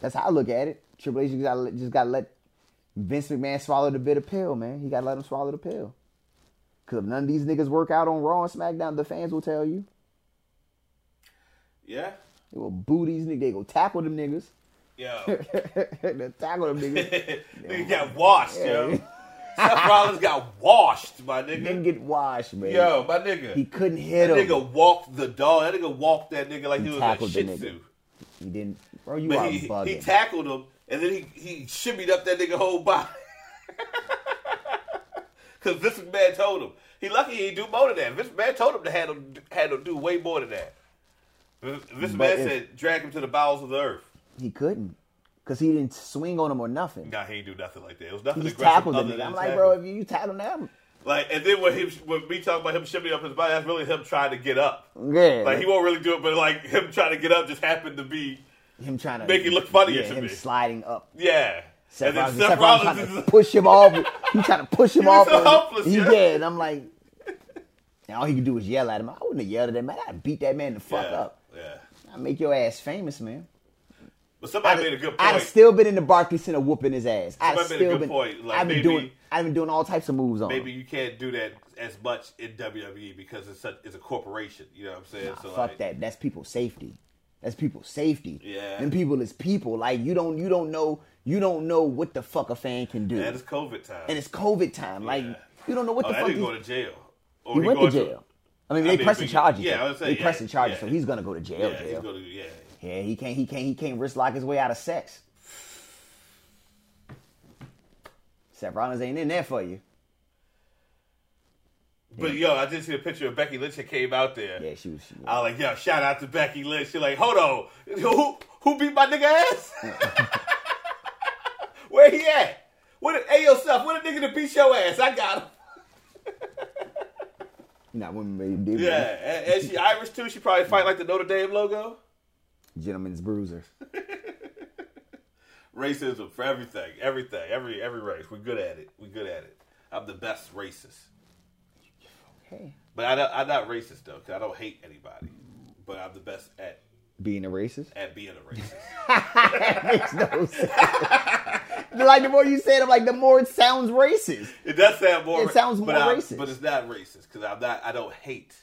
S1: That's how I look at it. Triple H just gotta let- just gotta let Vince McMahon swallow the bitter pill, man. He gotta let him swallow the pill. Cause if none of these niggas work out on Raw and SmackDown, the fans will tell you.
S2: Yeah,
S1: They will boo these niggas. They go tackle them niggas. *laughs*
S2: yeah.
S1: they tackle them niggas.
S2: Nigga got washed, yo. Seth Rollins got washed, my
S1: Didn't
S2: nigga.
S1: get washed, man.
S2: Yo, my nigga.
S1: He couldn't hit
S2: that
S1: him.
S2: nigga walked the dog. That nigga walked that nigga like he, was a
S1: tackled the
S2: shih
S1: nigga.
S2: tzu.
S1: He didn't. Bro, you are
S2: But he,
S1: bugging.
S2: he tackled him, and then he, he shimmied up that nigga whole body. *laughs* Because Vince McMahon told him. He lucky he didn't do more than that. Vince McMahon told him to handle, handle do way more than that. Vince Vince
S1: But
S2: McMahon
S1: if-
S2: said, drag him to the bowels of the earth.
S1: he couldn't. Because he didn't swing on him or nothing.
S2: Nah, he ain't do nothing like that. It was nothing
S1: he just
S2: aggressive
S1: tackled the
S2: other than
S1: nigga. I'm
S2: a
S1: like,
S2: tackle.
S1: bro, if you, you tackle them.
S2: Like, and then when him, when me talking about him shimmying up his body, that's really him trying to get up.
S1: Yeah.
S2: Like he won't really do it, but like him trying to get up just happened to be,
S1: him trying to
S2: make it look funnier
S1: yeah,
S2: to
S1: him
S2: me.
S1: sliding up.
S2: yeah.
S1: Seth
S2: and then
S1: Rollins,
S2: Seth
S1: Seth Rollins
S2: Rollins is
S1: trying to push him off. He trying to
S2: *laughs*
S1: push him
S2: was
S1: off.
S2: so
S1: and-
S2: helpless,
S1: He
S2: yeah.
S1: did. And I'm like, and all he could do was yell at him. I wouldn't have yelled at him, man. I'd beat that man the fuck
S2: yeah,
S1: up.
S2: Yeah.
S1: I make your ass famous, man.
S2: But somebody made a good
S1: I'd
S2: point.
S1: have still been in the Barclays Center whooping his ass. I'd have
S2: Somebody made a
S1: still
S2: good
S1: been.
S2: point. Like,
S1: I've been
S2: maybe-
S1: doing. I've been doing all types of moves on.
S2: Maybe
S1: him.
S2: you can't do that as much in WWE because it's a, it's a corporation. You know what I'm saying?
S1: Nah, fuck
S2: like,
S1: that. That's people's safety. That's people's safety.
S2: Yeah.
S1: And people is people. Like you don't. You don't know. You don't know what the fuck a fan can do.
S2: And it's COVID time.
S1: and it's COVID time. Like
S2: Yeah.
S1: you don't know what
S2: oh,
S1: the
S2: that
S1: fuck.
S2: didn't
S1: these-
S2: go to jail. Or
S1: he went to
S2: going
S1: jail. I mean, they
S2: mean,
S1: pressing
S2: but-
S1: charges.
S2: yeah, I was saying,
S1: they
S2: yeah,
S1: pressing charges,
S2: yeah.
S1: so he's gonna go to jail.
S2: yeah, he's
S1: jail.
S2: going to, yeah.
S1: yeah, he can't. He can't. He can't risk locking his way out of sex. Seth Rollins ain't in there for you.
S2: But yo, I did see a picture of Becky Lynch that came out there.
S1: Yeah, she was. She,
S2: I was like, yo, shout out to Becky Lynch. She like, hold on, who who beat my nigga ass?
S1: *laughs*
S2: *laughs* Where he at? What? a- Hey yourself, what a nigga to beat your ass? I got him.
S1: Not women made dude.
S2: Yeah, and, and she Irish too. She probably fight like the Notre Dame logo.
S1: Gentleman's bruiser.
S2: Racism for everything, everything, every every race. We're good at it. We're good at it. I'm the best racist,
S1: Hey.
S2: but I don't, I'm not racist though, because I don't hate anybody. But I'm the best at
S1: Being a racist. *laughs*
S2: at being a racist.
S1: Makes no sense. like the more you say it, I'm like the more it sounds racist.
S2: *laughs* It does sound more.
S1: It sounds
S2: but
S1: more
S2: I-
S1: racist.
S2: but it's not racist because I'm not. I don't hate.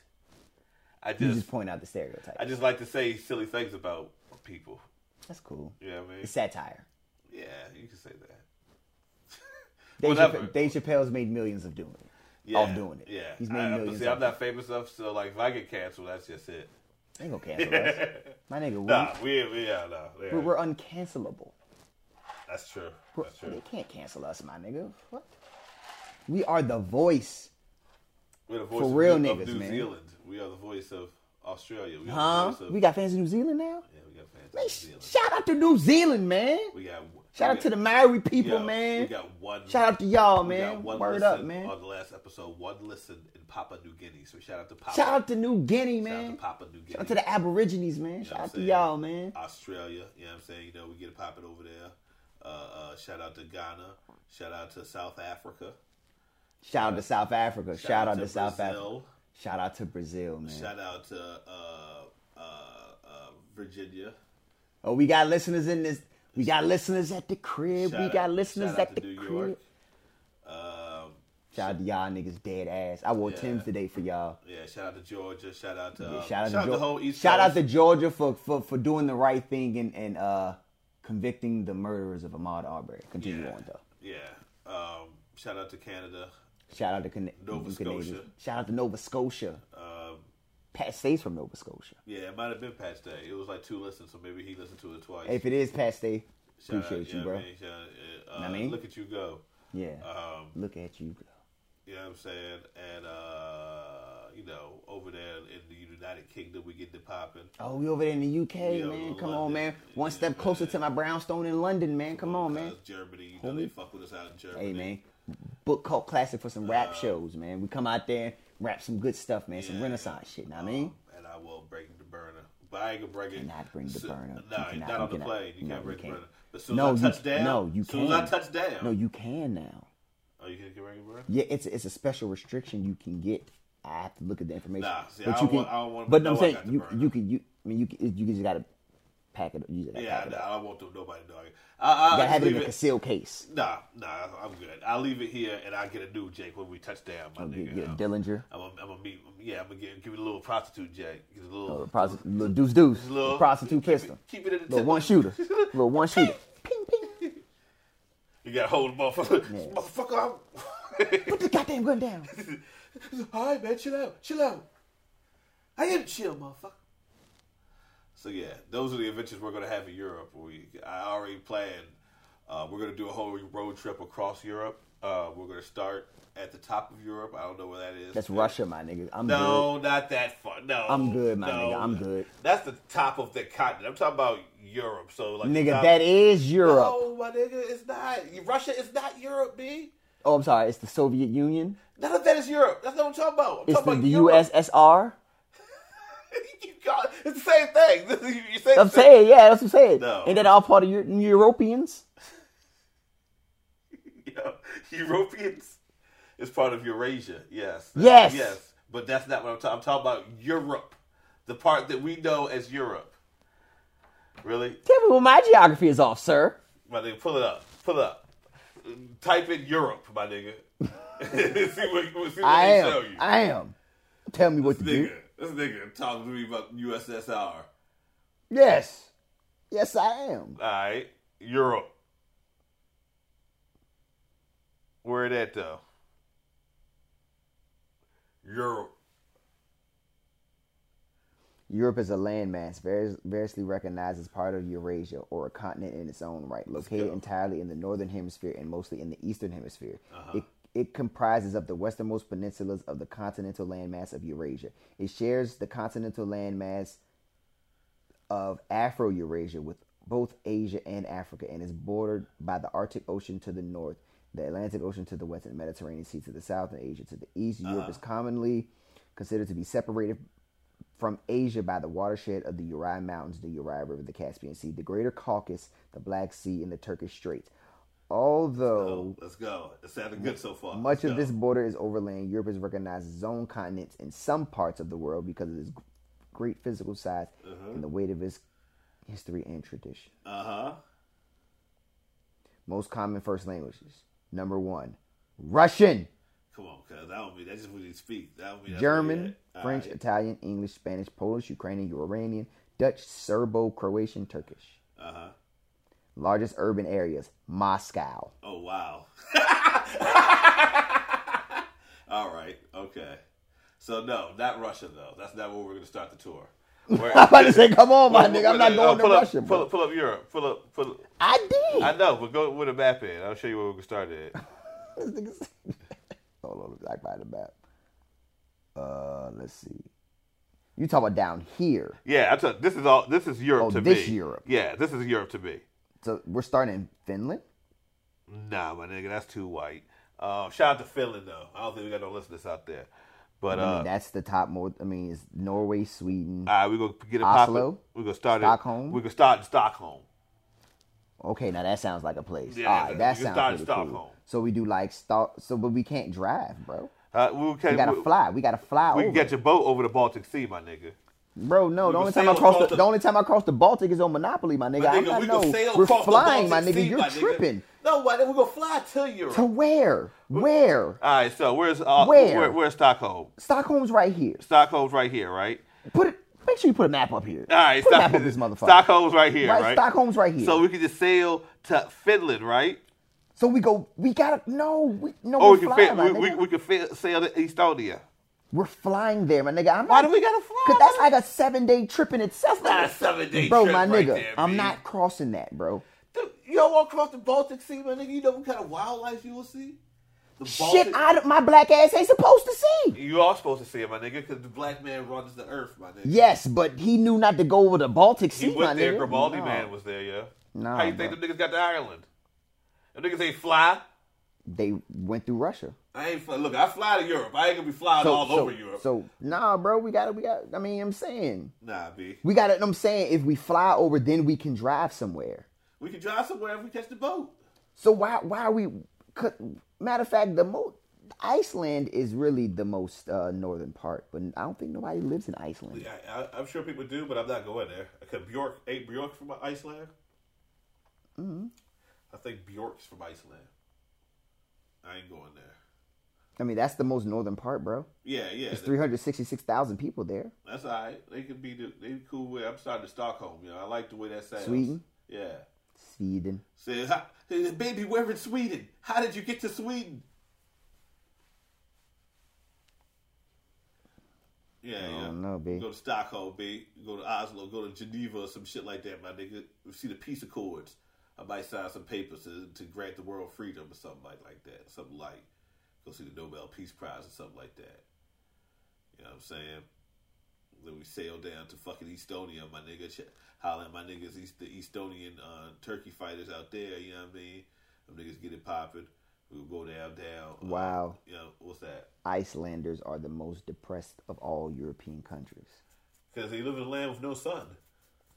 S2: I
S1: You
S2: just
S1: just point out the stereotype.
S2: I just like to say silly things about people.
S1: That's cool.
S2: You know what I mean?
S1: It's satire.
S2: Yeah, you can say that.
S1: Dave,
S2: Whatever.
S1: Chappelle, Dave Chappelle's made millions of doing it.
S2: Yeah,
S1: Off doing it.
S2: Yeah,
S1: He's made
S2: I- but
S1: millions.
S2: See,
S1: off
S2: I'm not famous enough, so like if I get canceled, that's just it.
S1: it. They gonna cancel us.
S2: *laughs*
S1: My nigga, we,
S2: Nah, we we yeah, no, yeah.
S1: we're, we're uncancelable.
S2: that's true.
S1: We're-
S2: That's
S1: they
S2: true.
S1: can't cancel us, my nigga. What? We are the voice.
S2: We're the voice
S1: for
S2: of
S1: real
S2: New, of
S1: niggas,
S2: New
S1: man.
S2: Zealand. We are the voice of Australia. We are
S1: Huh?
S2: The voice of,
S1: We got fans in New Zealand now?
S2: yeah, we got fans. in
S1: Hey,
S2: New
S1: sh-
S2: Zealand.
S1: shout out to New Zealand, man.
S2: we got
S1: Shout
S2: we
S1: out
S2: got-
S1: to the Maori people,
S2: yo,
S1: man.
S2: We got one.
S1: Shout out to y'all,
S2: We
S1: man.
S2: got one
S1: Word
S2: listen
S1: up, man.
S2: On the last episode, one listen in Papua New Guinea. So shout out to Papua.
S1: Shout out to New Guinea,
S2: Shout out
S1: man.
S2: to Papua New Guinea.
S1: Shout out to the Aborigines, man.
S2: You know
S1: Shout
S2: what
S1: out
S2: I'm
S1: to
S2: saying?
S1: y'all, man.
S2: Australia, you know what I'm saying? You know, we get it popping over there. Uh, uh, shout out to Ghana. Shout out to South Africa.
S1: Shout out to South Africa. Shout, out to, South Africa.
S2: Brazil.
S1: Shout out to Brazil, man.
S2: Shout out to uh, Virginia.
S1: Oh, we got listeners in this. We got listeners at the crib.
S2: Shout
S1: we
S2: out-
S1: got listeners
S2: shout out
S1: at
S2: to
S1: the
S2: New
S1: crib.
S2: York. Um,
S1: Shout out to y'all niggas dead ass. I wore
S2: Yeah.
S1: Tim's today for y'all.
S2: yeah, shout out to Georgia. Shout out to
S1: Yeah,
S2: um,
S1: shout out to
S2: the
S1: Georgia.
S2: whole East
S1: shout out
S2: Coast.
S1: to Georgia for, for, for doing the right thing and, and uh convicting the murderers of Ahmaud Arbery. Continue
S2: Yeah.
S1: on though.
S2: yeah. Um, shout out to Canada.
S1: Shout out to Can-
S2: Nova
S1: the Canadians.
S2: Scotia.
S1: Shout out to Nova Scotia.
S2: Um,
S1: Pat stays from Nova Scotia.
S2: yeah, it might have been Pat's day. It was like two listens, so maybe he listened to it twice.
S1: If it is Pat Stay,
S2: Shout out,
S1: appreciate
S2: yeah,
S1: you, bro.
S2: I mean, shout out, yeah, uh,
S1: I mean?
S2: look at you go.
S1: Yeah.
S2: Um,
S1: Look at you, bro.
S2: You know what I'm saying? And uh, you know, over there in the United Kingdom, we get the popping.
S1: Oh, we over there in the UK,
S2: Yeah,
S1: man.
S2: we
S1: Come
S2: London.
S1: on, man. One
S2: Yeah,
S1: step closer
S2: man.
S1: to my brownstone in London, man. Come on, man.
S2: Because Germany, you know, they fuck with us out in Germany.
S1: Hey, man. Book cult classic for
S2: Uh,
S1: some rap shows, man. We come out there, and rap some good stuff, man. Some
S2: Yeah.
S1: Renaissance shit. Know what I mean,
S2: Um, and I will bring the burner, but I ain't gonna bring it.
S1: Cannot bring the
S2: So-
S1: burner.
S2: No,
S1: You cannot,
S2: not on
S1: you
S2: the
S1: cannot.
S2: plane. You
S1: No,
S2: can't
S1: you
S2: bring
S1: can't.
S2: the burner. But soon
S1: No,
S2: as I
S1: you-
S2: touch down,
S1: no, you
S2: soon as I
S1: can.
S2: touch down,
S1: no, you can now.
S2: oh, you can bring the burner.
S1: Yeah, it's it's a special restriction you can get. I have to look at the information.
S2: Nah, see, I
S1: but
S2: don't
S1: you can.
S2: want- I don't want 'em to
S1: but
S2: know
S1: I'm
S2: I
S1: saying
S2: got the
S1: you
S2: burner.
S1: you can you. I mean you can- you just gotta pack it. You just gotta
S2: Yeah,
S1: pack it.
S2: I,
S1: up.
S2: I don't want them, nobody knowing. I, I,
S1: You gotta
S2: I
S1: have it in a
S2: leave it.
S1: concealed case.
S2: Nah, nah, I'm good. I'll leave it here, and I'll get a new Jake when we touch down, my
S1: Oh, You
S2: nigga.
S1: Get, get a
S2: Um,
S1: Dillinger,
S2: I'm gonna, I'm gonna meet. Yeah, I'm gonna get, give it a little prostitute jack. Give it a little,
S1: or a prosti- little deuce deuce,
S2: little-
S1: Oh, prostitute
S2: keep it-
S1: pistol,
S2: keep it in the
S1: little
S2: tip.
S1: one
S2: *laughs*
S1: shooter, little one shooter. Ping ping.
S2: You gotta hold the motherfucker.
S1: Yeah.
S2: Motherfucker,
S1: Put the goddamn gun down.
S2: I'm. All right, man, chill out, chill out. I am chill, motherfucker. So yeah, those are the adventures we're gonna have in Europe. We, I already planned. Uh, we're gonna do a whole road trip across Europe. Uh, we're gonna start at the top of Europe. I don't know where that is.
S1: That's Russia, my nigga. I'm
S2: No, not that far. No,
S1: I'm good, my
S2: no.
S1: nigga. I'm good.
S2: That's the top of the continent. I'm talking about Europe. So like,
S1: good.
S2: the
S1: Nigga,
S2: top-
S1: that is Europe.
S2: No, my nigga, it's not. Russia is not Europe, B.
S1: Oh, I'm sorry. It's the Soviet Union.
S2: None of that is Europe. That's not what I'm talking about. I'm
S1: It's the,
S2: talking
S1: the
S2: about Europe.
S1: USSR.
S2: *laughs* You got- it's the same thing. *laughs* You- You're saying
S1: I'm
S2: the same-
S1: saying, yeah, that's what I'm saying.
S2: No.
S1: Ain't that all part of your Europeans?
S2: Yeah. Europeans is part of Eurasia. Yes.
S1: Yes.
S2: Yes. But that's not what I'm talking. I'm talking about Europe, the part that we know as Europe. Really,
S1: Tell me when my geography is off, sir.
S2: my nigga, pull it up. Pull it up. Type in Europe, my nigga. *laughs* see what, see what they
S1: I
S2: show
S1: am.
S2: you.
S1: I am. Tell me what to do.
S2: nigga, this nigga talking to me about USSR.
S1: Yes. Yes, I am.
S2: All right, Europe. Where it at though? Europe.
S1: Europe is a landmass, var- variously recognized as part of Eurasia or a continent in its own right, located
S2: go.
S1: entirely in the northern hemisphere and mostly in the eastern hemisphere.
S2: Uh-huh.
S1: It, it comprises of the westernmost peninsulas of the continental landmass of Eurasia. It shares the continental landmass of Afro Eurasia with both Asia and Africa and is bordered by the Arctic Ocean to the north, the Atlantic Ocean to the west, and the Mediterranean Sea to the south, and Asia to the east. Europe is commonly considered to be separated from Asia by the watershed of the Ural Mountains, the Ural River, the Caspian Sea, the Greater Caucasus, the Black Sea, and the Turkish Straits. Although
S2: Oh, let's go. It sounded good so far.
S1: much
S2: Let's
S1: of
S2: go.
S1: this border is overland. Europe is recognized as its own continent in some parts of the world because of its g- great physical size
S2: Uh-huh.
S1: and the weight of its history and tradition.
S2: Uh huh.
S1: Most common first languages. Number one, Russian,
S2: Come on, cuz that don't mean that's just what he speak. That don't mean that's
S1: German,
S2: what he at. All
S1: French,
S2: right.
S1: Italian, English, Spanish, Polish, Ukrainian, Uranian, Dutch, Serbo, Croatian, Turkish.
S2: Uh-huh.
S1: Largest urban areas, Moscow. *laughs*
S2: Oh wow. *laughs* All right. Okay. So no, not Russia though. That's not where we're gonna start
S1: *laughs*
S2: the tour. *laughs* Where-
S1: I'm about to say, come on, my
S2: Wait,
S1: nigga. I'm
S2: wait,
S1: not
S2: no,
S1: going to
S2: Oh, pull up,
S1: Russia,
S2: Pull
S1: bro.
S2: up, pull up Europe. Pull up, pull up.
S1: I did.
S2: I know, but go with a map in. I'll show you where we started. at.
S1: *laughs* This nigga said- Hold on, black by the map. Uh, let's see. You talk about down here,
S2: Yeah, I took this is all. This is Europe
S1: Oh,
S2: to me.
S1: this Europe.
S2: Yeah, this is Europe to me.
S1: so we're starting in Finland.
S2: Nah, my nigga, that's too white. Uh, shout out to Finland though. I don't think we got no listeners out there, but
S1: I mean,
S2: uh,
S1: that's the top. More, I mean, it's Norway, Sweden.
S2: all right, we gonna get it popping.
S1: Oslo?
S2: We gonna start
S1: Stockholm?
S2: It, we gonna start in Stockholm.
S1: Okay, now that sounds like a place.
S2: Yeah,
S1: All right, that
S2: you can
S1: sounds
S2: start
S1: pretty
S2: in Stockholm.
S1: cool. So we do like start. So, but we can't drive, bro.
S2: Uh, we, can,
S1: We gotta
S2: we,
S1: fly. We gotta fly
S2: we
S1: over.
S2: can get your boat over the Baltic Sea, my nigga.
S1: Bro, no. The
S2: can
S1: only time
S2: sail
S1: I cross the,
S2: across the-
S1: the only time I cross the Baltic is on Monopoly, my nigga.
S2: My
S1: I
S2: nigga,
S1: don't
S2: we
S1: know.
S2: gonna sail
S1: We're
S2: across
S1: flying,
S2: the
S1: my
S2: Baltic
S1: nigga.
S2: Sea,
S1: You're
S2: my nigga.
S1: tripping.
S2: No, my nigga, we gonna fly to Europe.
S1: To where? Where?
S2: All right, so where's uh,
S1: Where?
S2: Where, where's Stockholm?
S1: Stockholm's right here.
S2: Stockholm's right here, right?
S1: Put it. Make sure you put a map up here.
S2: All right,
S1: put a
S2: Stock-
S1: map up this motherfucker.
S2: Stockholm's right here,
S1: right?
S2: right?
S1: Stockholm's right here.
S2: So
S1: So,
S2: we could just sail to Finland, right?
S1: we go. We gotta. No, we no.
S2: Or
S1: we're
S2: Oh, we could
S1: flying,
S2: fa-
S1: my
S2: we,
S1: nigga.
S2: we, we could fa- sail to Estonia.
S1: We're flying there, my nigga. I'm
S2: Why
S1: not,
S2: do we gotta fly?
S1: Cause that's like a seven day trip in itself.
S2: That's not a seven-day
S1: bro,
S2: trip
S1: my
S2: right
S1: nigga.
S2: there,
S1: I'm
S2: B.
S1: not crossing that, bro.
S2: Dude, you don't walk across the Baltic Sea, my nigga. You know what kind of wildlife you will see? The
S1: Shit, I, don't- my black ass ain't supposed to see.
S2: You are supposed to see it, my nigga, because the black man runs the earth, my nigga.
S1: Yes, but he knew not to go over the Baltic Sea,
S2: He
S1: my
S2: went there.
S1: nigga.
S2: Grimaldi
S1: No.
S2: man was there, yeah.
S1: Nah,
S2: How you think
S1: bro.
S2: them niggas got to Ireland? Them niggas ain't fly.
S1: They went through Russia.
S2: I ain't fly. Look, I fly to Europe. I ain't gonna be flying
S1: So,
S2: all
S1: so,
S2: over Europe.
S1: so nah, bro. We got to We got. I mean, I'm saying
S2: nah, B.
S1: we got it. I'm saying if we fly over, then we can drive somewhere.
S2: We can drive somewhere if we catch the boat.
S1: So why why are we? Could, matter of fact, the most Iceland is really the most uh, northern part, but I don't think nobody lives in Iceland.
S2: I, I, I'm sure people do, but I'm not going there. Cause Bjork ain't Bjork from Iceland. Mm-hmm. I think Bjork's from Iceland. I ain't going there.
S1: I mean, that's the most northern part, bro.
S2: Yeah, yeah.
S1: There's 366,000 people there.
S2: That's all right. They could be the, they cool with. I'm starting to Stockholm. You know, I like the way that sounds.
S1: Sweden?
S2: Yeah.
S1: Sweden.
S2: Says, "How- says, baby, we're in Sweden. How did you get to Sweden? Yeah,
S1: I
S2: yeah.
S1: don't know, B.
S2: Go to Stockholm, B. Go to Oslo. Go to Geneva or some shit like that, my nigga. We see the peace accords. I might sign some papers to, to grant the world freedom or something like, like that. Something like go see the Nobel Peace Prize or something like that. You know what I'm saying? Then we sail down to fucking Estonia, my nigga. Ch- Holla at my niggas, East, the Estonian uh, turkey fighters out there. You know what I mean? Them niggas get it popping. We go down, down. uh,
S1: Wow.
S2: you know what's that?
S1: Icelanders are the most depressed of all European countries.
S2: Because they live in a land with no sun.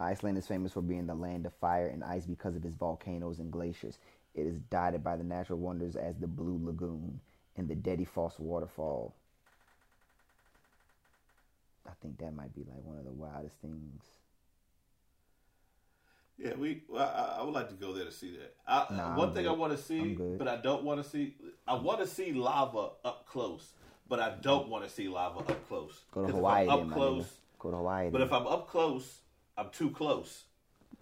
S1: Iceland is famous for being the land of fire and ice because of its volcanoes and glaciers. It is dotted by the natural wonders as the Blue Lagoon and the Deddyfoss waterfall. I think that might be like one of the wildest things.
S2: Yeah, we. Well, I, I would like to go there to see that. I,
S1: Nah,
S2: one
S1: I'm
S2: thing I
S1: good.
S2: want to see,
S1: I'm good.
S2: but I don't want to see. I want to see lava up close, but I don't want to see lava up close.
S1: Mm. Go to
S2: 'Cause if I'm
S1: Hawaii,
S2: up
S1: then, my
S2: close.
S1: nigga. Go to Hawaii.
S2: But
S1: then.
S2: if I'm up close, I'm too close.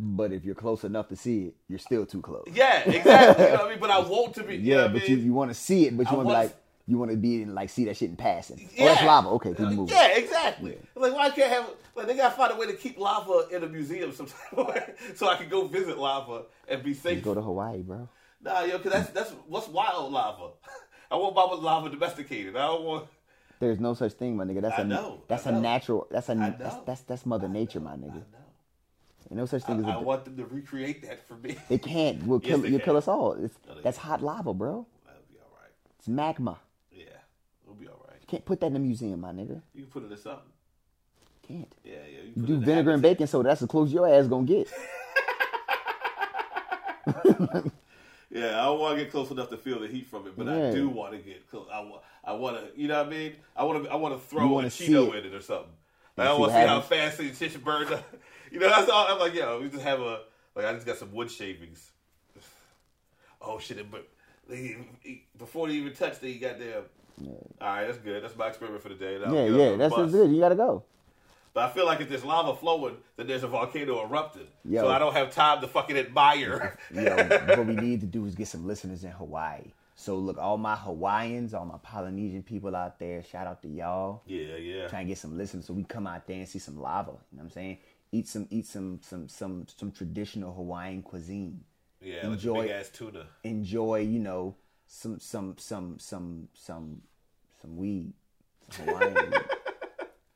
S1: but if you're close enough to see it, you're still too close.
S2: Yeah, exactly. you know what I mean? But I want to be. you know
S1: Yeah,
S2: what I
S1: but you,
S2: mean?
S1: you want to see it, but
S2: I
S1: you want to be
S2: was-
S1: like you want to be in like see that shit in passing. Oh, that's lava. Okay, keep
S2: Uh,
S1: moving.
S2: Yeah, exactly. Like, why can't have like they gotta find a way to keep lava in a museum *laughs* sometime, so I can go visit lava and be safe.
S1: Go to Hawaii, bro.
S2: Nah, yo, cause that's that's what's wild lava. *laughs* I want my lava domesticated. I don't want.
S1: There's no such thing, my nigga. That's
S2: I
S1: a
S2: know,
S1: that's
S2: I
S1: a
S2: know.
S1: natural. That's a that's,
S2: know.
S1: that's that's mother nature, my nigga.
S2: No,
S1: Ain't no such thing as
S2: I
S1: a.
S2: want them to recreate that for me. *laughs*
S1: They can't. We'll kill.
S2: they
S1: you'll
S2: can.
S1: kill us all. It's,
S2: they
S1: that's hot lava, bro.
S2: That'll be all right.
S1: It's magma.
S2: Yeah, it'll be all right.
S1: Can't put that in a museum, my nigga.
S2: You can put it in something.
S1: Can't.
S2: Yeah, yeah. You,
S1: You
S2: can put it
S1: do
S2: in the
S1: vinegar and
S2: habitat.
S1: baking soda. That's as close your ass gonna
S2: *laughs*
S1: get.
S2: Yeah, I don't want to get close enough to feel the heat from it, but I
S1: Yeah.
S2: do want to get close. I want, I want to, you know what I mean? I want to, I want to
S1: You
S2: throw a
S1: wanna see
S2: Cheeto
S1: it.
S2: in it or something. Like, I
S1: see what
S2: want to see how
S1: happens.
S2: fast these shit burns up. *laughs* You know, that's all. I'm like, yo, we just have a, like, I just got some wood shavings. *sighs* Oh shit! it But they, before they even touch, they got their. All right, that's good. That's my experiment for the day. That'll
S1: Yeah,
S2: get up
S1: yeah.
S2: on the
S1: That's,
S2: bus.
S1: that's it. You gotta
S2: *laughs*
S1: go.
S2: But I feel like if there's lava flowing, then there's a volcano erupting.
S1: Yo.
S2: So I don't have time to fucking admire.
S1: *laughs* Yo, what we need to do is get some listeners in Hawaii. So look, all my Hawaiians, all my Polynesian people out there, shout out to y'all.
S2: yeah, yeah.
S1: Try and get some listeners so we come out there and see some lava. You know what I'm saying? Eat some eat some some some some traditional Hawaiian cuisine.
S2: Yeah, like
S1: Enjoy-
S2: big ass tuna.
S1: Enjoy, you know, some some some some some some weed. Some Hawaiian
S2: *laughs*
S1: weed.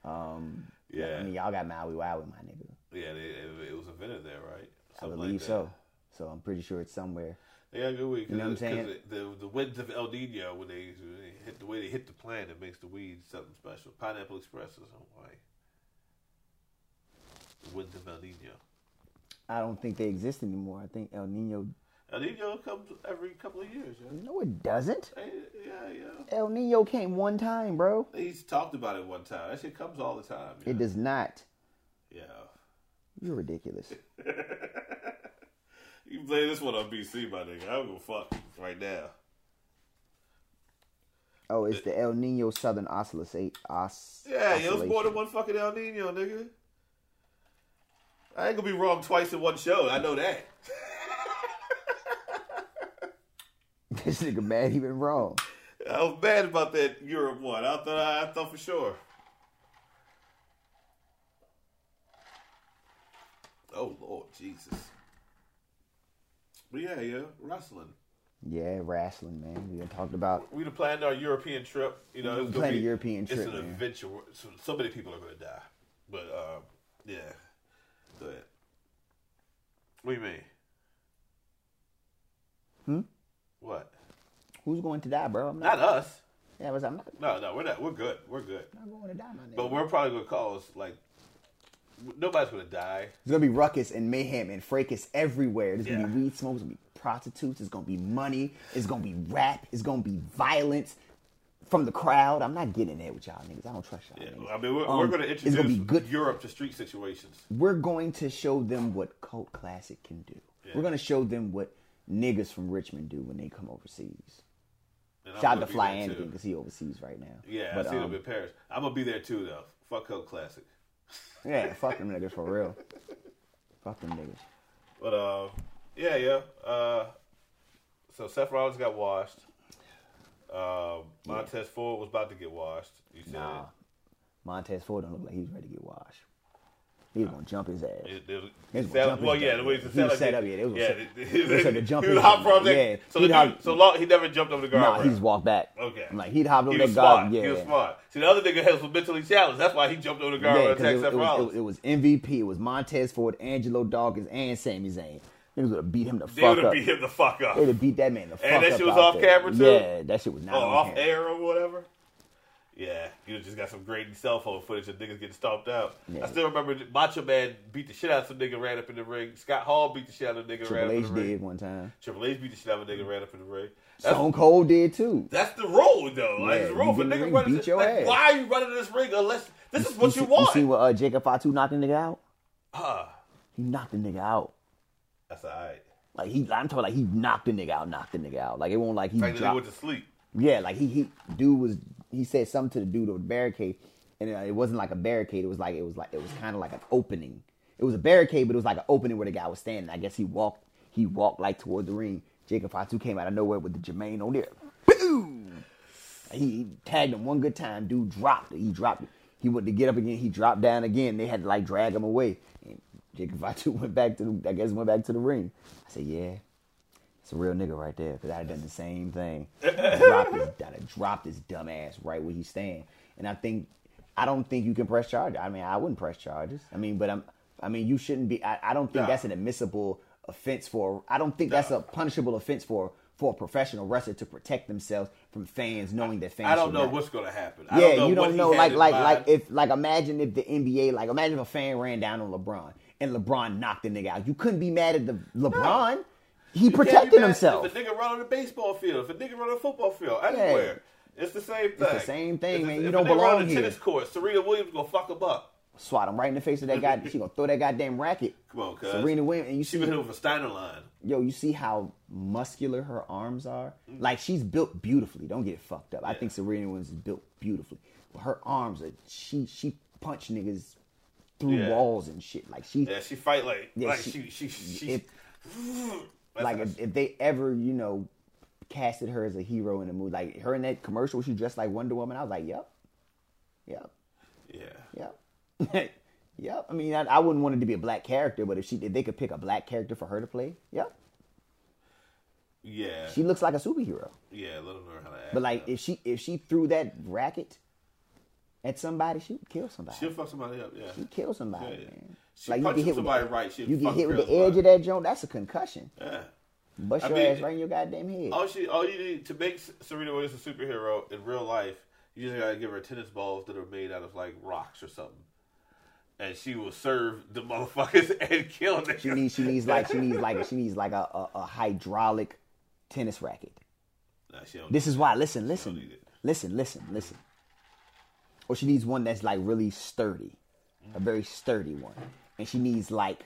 S1: Um,
S2: Yeah,
S1: I mean y'all got Maui Wowie, my nigga.
S2: yeah. They, it, it was invented there,
S1: I
S2: right? Something like
S1: believe
S2: that.
S1: so. So I'm pretty sure it's somewhere.
S2: They got a good weed.
S1: You know what I'm
S2: 'cause-
S1: saying?
S2: 'cause The, the winds of El Nino when they, when they hit the way they hit the plant, it makes the weed something special. Pineapple Express is on Hawaii. The winds of El Nino.
S1: I don't think they exist anymore. I think El Nino
S2: El Nino comes every couple of years. Yeah,
S1: No it doesn't.
S2: Hey, yeah, yeah.
S1: El Nino came one time, bro.
S2: He's talked about it one time. That shit comes all the time. you
S1: It
S2: know?
S1: does not.
S2: Yeah.
S1: You're ridiculous.
S2: You can play this one on BC, my nigga. I don't give a fuck right now.
S1: Oh, it's the El Nino Southern Oscillate. Os-
S2: Yeah, yo, it's
S1: oscillation.
S2: more than one fucking El Nino, nigga. I ain't gonna be wrong twice in one show. I know that. *laughs*
S1: This nigga mad he been wrong.
S2: I was mad about that Europe one. I thought I, thought for sure. Oh Lord Jesus. But yeah, yeah, wrestling.
S1: Yeah, wrestling, man. We done talked about
S2: We'd have planned our European trip. You know,
S1: We
S2: it's gonna
S1: planned a
S2: be-
S1: European
S2: It's
S1: trip,
S2: an
S1: man.
S2: adventure. So, so many people are gonna die. But uh, yeah, go ahead. What do you mean?
S1: Hmm?
S2: What?
S1: who's going to die, bro. I'm not.
S2: Not us.
S1: yeah, I was, I'm not,
S2: No, no, we're not. We're good. We're good.
S1: I'm not going to die, my nigga.
S2: But we're probably gonna cause like nobody's gonna die.
S1: There's gonna be ruckus and mayhem and fracas everywhere. There's gonna be
S2: Yeah.
S1: weed smokes, gonna be prostitutes, there's gonna be money, it's gonna be rap, it's gonna be violence from the crowd. I'm not getting there with y'all niggas. I don't trust y'all.
S2: Yeah,
S1: niggas.
S2: I mean, we're,
S1: Um,
S2: we're gonna
S1: it's
S2: introduce
S1: be good-
S2: Europe to street situations.
S1: We're going to show them what cult classic can do. We're gonna show them what niggas from Richmond do when they come overseas.
S2: And I'm
S1: Shout out
S2: gonna
S1: to
S2: be
S1: Fly
S2: there, too.
S1: Anderson because he overseas right now.
S2: Yeah,
S1: but,
S2: I see
S1: um,
S2: them in Paris. I'm gonna be there too, though. Fuck Coke Classic.
S1: yeah, fuck them niggas for
S2: *laughs*
S1: real. Fuck them niggas.
S2: But uh, yeah, yeah. Uh, so Seth Rollins got washed. Um, Montez Ford was about to get washed. You said
S1: Nah. Montez Ford don't look like he's ready to get washed. He's gonna jump his ass.
S2: It- it-
S1: They was
S2: sound-
S1: gonna jump
S2: well,
S1: his
S2: yeah,
S1: dumb
S2: the way
S1: ass.
S2: it
S1: He was
S2: sounded
S1: set
S2: like
S1: up,
S2: it-
S1: yeah, they was
S2: yeah,
S1: gonna-
S2: it-
S1: they was gonna
S2: *laughs*
S1: jump
S2: he
S1: his
S2: was hop
S1: dumb
S2: from
S1: ass.
S2: that.
S1: Yeah,
S2: so
S1: he'd
S2: the
S1: hop-
S2: dude, so long, he never jumped over the guard.
S1: Nah, he just walked back.
S2: Okay.
S1: I'm like he'd hopped
S2: He
S1: on
S2: was
S1: that
S2: smart.
S1: guard. Yeah.
S2: He was smart. See, the other nigga has was mentally challenged. That's why he jumped over the guard
S1: Yeah,
S2: and
S1: 'cause it,
S2: attacked
S1: was-
S2: Seth
S1: it was,
S2: Rollins.
S1: it, was MVP. It was Montez Ford, Angelo Dawkins, and Sami Zayn. They was gonna beat him the
S2: They
S1: fuck
S2: would
S1: up.
S2: have beat him the fuck up.
S1: They'd have beat that
S2: *laughs*
S1: man the fuck up.
S2: that shit was
S1: out
S2: off
S1: there.
S2: camera, too?
S1: Yeah, that shit was
S2: Oh,
S1: not on
S2: off
S1: camera.
S2: air or whatever. Yeah, you just got some grating cell phone footage of niggas getting stomped out.
S1: Yeah.
S2: I still remember that Macho Man beat the shit out of some nigga, ran up in the ring. Scott Hall beat the shit out of a nigga, ran
S1: Triple
S2: up in
S1: H
S2: the ring.
S1: did one time.
S2: Triple H beat the shit out of a nigga, ran up in the ring. That's,
S1: Stone Cold did too.
S2: that's the rule, though.
S1: Yeah,
S2: like, it's the
S1: you
S2: rule
S1: get
S2: for
S1: in the
S2: niggas
S1: ring,
S2: running.
S1: beat
S2: this-
S1: your
S2: like,
S1: ass.
S2: Why are you running this ring unless this is what
S1: see-
S2: you, want?
S1: You see what uh, Jacob Fatu knocked the nigga out?
S2: Huh.
S1: He knocked the nigga out.
S2: that's all right.
S1: Like he, I'm talking like he knocked the nigga out, knocked the nigga out. Like it won't like he
S2: Like, the nigga
S1: dropped.
S2: went to sleep.
S1: Yeah, like he he dude was he said something to the dude on the barricade, and uh, it wasn't like a barricade. It was like it was like it was kind of like an opening. It was a barricade, but it was like an opening where the guy was standing. I guess he walked he walked like toward the ring. Jacob Fatu came out of nowhere with the Jermaine on there. Boom! He, he tagged him one good time. Dude dropped it. He dropped it. He went to get up again. He dropped down again. They had to like drag him away. And Jacob *laughs* Fatu went back to the I guess went back to the ring. I said, yeah. It's a real nigga right there, because I done done the same
S2: *laughs*
S1: thing. I dropped his, I done dropped his dumb ass right where he's standing. And I think, I don't think you can press charges. I mean, I wouldn't press charges. I mean, but I'm, I mean, you shouldn't be, I, I don't think
S2: Nah.
S1: that's an admissible offense for, I don't think that's a punishable offense for, for a professional wrestler to protect themselves from fans knowing that fans
S2: I don't
S1: should
S2: know
S1: not.
S2: what's gonna happen. I
S1: Yeah,
S2: don't know
S1: you
S2: what
S1: don't
S2: he
S1: know. Like,
S2: had in
S1: like,
S2: mind.
S1: like, if, like, imagine if the NBA, like, imagine if a fan ran down on LeBron and LeBron knocked the nigga out. You couldn't be mad at the LeBron. He
S2: You can't be
S1: protected
S2: mad
S1: himself.
S2: *laughs* If a nigga run on the baseball field, if a nigga run on the football field, anywhere, it's the same thing.
S1: the same thing,
S2: If-
S1: man.
S2: if
S1: You
S2: a
S1: don't
S2: nigga run on
S1: belong
S2: the tennis
S1: here.
S2: court, Serena Williams gonna fuck him up.
S1: swat him right in the face of that guy. She gonna throw that goddamn racket.
S2: Come on, cuz.
S1: Serena Williams, and you
S2: She
S1: see,
S2: been hitting with a Steiner line.
S1: yo, you see how muscular her arms are.
S2: Mm.
S1: Like she's built beautifully. Don't get it fucked up. I think Serena Williams is built beautifully. But her arms are she she punch niggas through
S2: Yeah.
S1: walls and shit. Like she
S2: Yeah, she fight like,
S1: Yeah,
S2: like
S1: she-
S2: she, she, she,
S1: if-
S2: That's
S1: like
S2: how
S1: if, if they ever you know casted her as a hero in a movie, like her in that commercial, where she dressed like Wonder Woman. I was like, yep, yep.
S2: she- yeah.
S1: *laughs* Yep. yep. I mean, I, I wouldn't want it to be a black character, but if she if they could pick a black character for her to play, yep.
S2: Yeah.
S1: She looks like a superhero.
S2: yeah, let them learn how to act.
S1: But like
S2: though.
S1: if she if she threw that racket at somebody, she would kill somebody.
S2: she'll fuck somebody up, yeah.
S1: She'd kill somebody,
S2: Yeah.
S1: man.
S2: She punch
S1: hit with
S2: somebody
S1: the,
S2: right, she'd
S1: You get
S2: fucking
S1: hit with the
S2: kill
S1: edge
S2: somebody.
S1: of that joint. That's a concussion.
S2: yeah.
S1: Bust
S2: I
S1: your
S2: mean-
S1: ass right in your goddamn head.
S2: All she, all you need to make Serena Williams a superhero in real life, you just gotta give her tennis balls that are made out of like rocks or something, and she will serve the motherfuckers *laughs* and kill them.
S1: She needs she needs like she needs like she needs like a, a, a hydraulic tennis racket.
S2: Nah, she don't
S1: This is why. Listen, listen,
S2: need it.
S1: listen, listen, listen. Or she needs one that's like really sturdy, a very sturdy one, and she needs like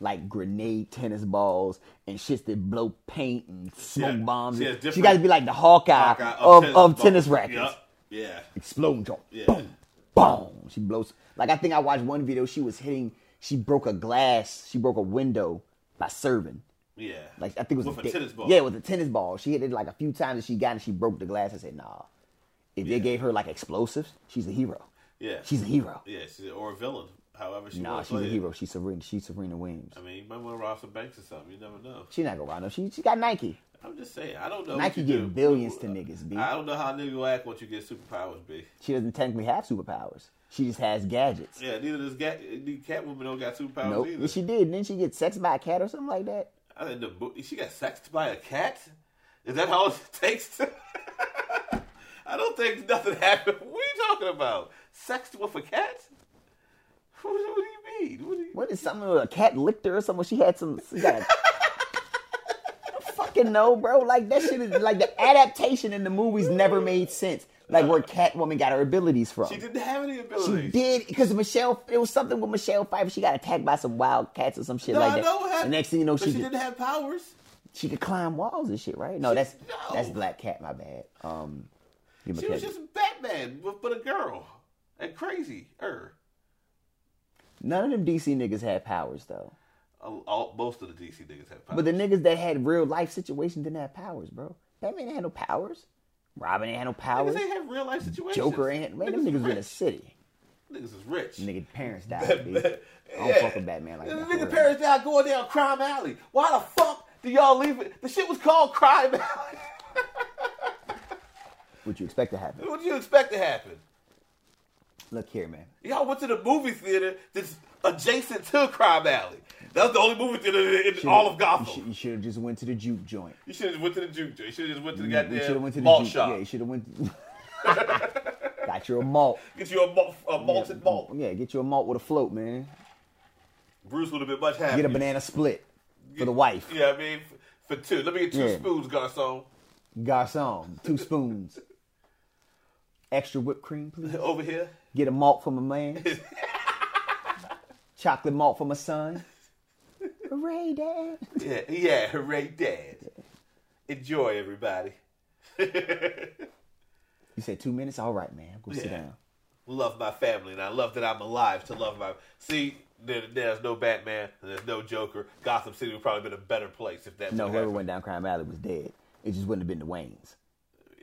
S1: like grenade tennis balls and shits that blow paint and smoke
S2: Yeah.
S1: bombs.
S2: She has
S1: she
S2: different
S1: got to be like the Hawkeye,
S2: Hawkeye
S1: of, of,
S2: balls.
S1: tennis rackets.
S2: Yup. Yeah.
S1: Explosion.
S2: Yeah.
S1: Boom. Boom. She blows. Like I think I watched one video. She was hitting. She broke a glass. She broke a window by serving.
S2: Yeah.
S1: Like I think it was
S2: With a
S1: dick-
S2: tennis ball.
S1: Yeah, with a tennis ball. She hit it like a few times and she got it. She broke the glass. I said, Nah. If they gave her like explosives, she's a hero.
S2: Yeah.
S1: She's a hero.
S2: yeah. She's, or a villain. However she
S1: nah,
S2: wants
S1: she's
S2: to
S1: a
S2: play it.
S1: hero. She's Serena. She's Serena Williams.
S2: I mean, you might want to rob some banks or something. You never know.
S1: She not gonna run up. She she got Nike.
S2: I'm just saying. I don't know. what
S1: Nike
S2: you Oh, do.
S1: give billions to niggas. B.
S2: I don't know how a nigga will act once you get superpowers, B.
S1: She doesn't technically have superpowers. She just has gadgets.
S2: Yeah, neither does Gat, Catwoman don't got superpowers
S1: nope.
S2: either.
S1: She did. Didn't she get sexed by a cat or something like that?
S2: I think the bo- she got sexed by a cat. Is that all it *laughs* takes? To- I don't think nothing happened. What are you talking about? Sexed with a cat? What, what do you mean? What do you-
S1: What is something with a cat licked her or something? She had some. She got a, I fucking no, bro. Like that shit is like the adaptation in the movies never made sense. Like where Catwoman got her abilities from.
S2: She didn't have any
S1: She
S2: abilities.
S1: did because Michelle. It was something with Michelle Pfeiffer. She got attacked by some wild cats or some shit
S2: No,
S1: like
S2: I
S1: that.
S2: know what happened.
S1: The next thing you know,
S2: but
S1: she
S2: she
S1: did-
S2: didn't have powers.
S1: she could climb walls and shit, right? No, that's
S2: no.
S1: that's Black Cat. My bad. Um, give me
S2: She
S1: a
S2: was
S1: credit.
S2: just Batman, but, but a girl and crazy. Er,
S1: None of them DC niggas had powers though.
S2: all, all- most of the DC niggas have powers.
S1: But the niggas that had real life situations didn't have powers, bro. Batman ain't had no powers. Robin ain't had no powers.
S2: niggas ain't have real life situations.
S1: Joker ain't. Man, them niggas
S2: is
S1: in
S2: *laughs*
S1: the
S2: rich.
S1: city.
S2: Niggas is rich.
S1: Nigga, parents died. B. I don't fuck with Batman like
S2: The
S1: that. for
S2: nigga
S1: real.
S2: parents down going down Crime Alley. Why the fuck do y'all leave it? The shit was called Crime Alley. *laughs*
S1: What you expect to happen?
S2: what do you expect to happen?
S1: Look here, man.
S2: Y'all went to the movie theater that's adjacent to Crime Alley. That was the only movie theater in all
S1: You
S2: of
S1: should,
S2: Gotham.
S1: you should have just went to the juke joint.
S2: You should have went to the juke joint. You should have just went to the
S1: you should
S2: goddamn
S1: have went to the
S2: malt
S1: juke.
S2: shop.
S1: Yeah, you should have went.
S2: *laughs*
S1: Got your malt.
S2: Get you a, malt, a malted malt.
S1: Yeah, get you a malt with a float, man.
S2: Bruce would have been much happier.
S1: Get a banana split for the wife.
S2: Yeah, I mean, for two. Let me get two
S1: Yeah.
S2: spoons, garçon.
S1: Garcon, two spoons. Extra whipped cream, please.
S2: Over here.
S1: Get a malt for my
S2: *laughs*
S1: man. Chocolate malt for my son. Hooray, Dad.
S2: Yeah, yeah, hooray, Dad. Enjoy, everybody.
S1: You said two minutes? All right, man. I'm going to sit
S2: Yeah.
S1: down.
S2: love my family, and I love that I'm alive to love my. See, there, there's no Batman, and there's no Joker. Gotham City would probably been a better place if that.
S1: No,
S2: would've
S1: whoever
S2: happened.
S1: went down Crime Alley was dead. It just wouldn't have been the Waynes.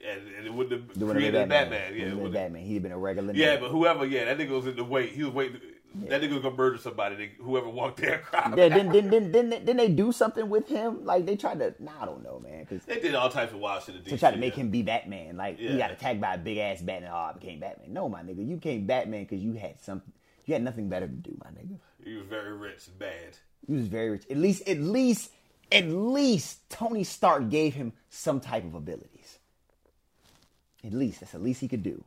S2: and, and it wouldn't have
S1: It wouldn't have
S2: created
S1: been
S2: Batman.
S1: It
S2: Yeah, it
S1: wouldn't have
S2: wouldn't-
S1: been Batman. He'd have been a regular.
S2: yeah,
S1: nigga.
S2: but whoever, yeah, that nigga was in the wait. He was waiting. That nigga was gonna murder somebody. They, whoever walked there, *laughs* crowd.
S1: Yeah, didn't, didn't, didn't, didn't, they- didn't they do something with him? Like, they tried to. Nah, I don't know, man. 'cause
S2: They did all types of wild shit. in
S1: to
S2: DC,
S1: try to make
S2: yeah.
S1: him be Batman. Like
S2: Yeah.
S1: he got attacked by a big ass Batman. Oh, I became Batman. No, my nigga, you became Batman because you had something. You had nothing better to do, my nigga.
S2: He was very rich and bad.
S1: You was very rich. At least, at least, at least Tony Stark gave him some type of abilities. At least that's the least he could do.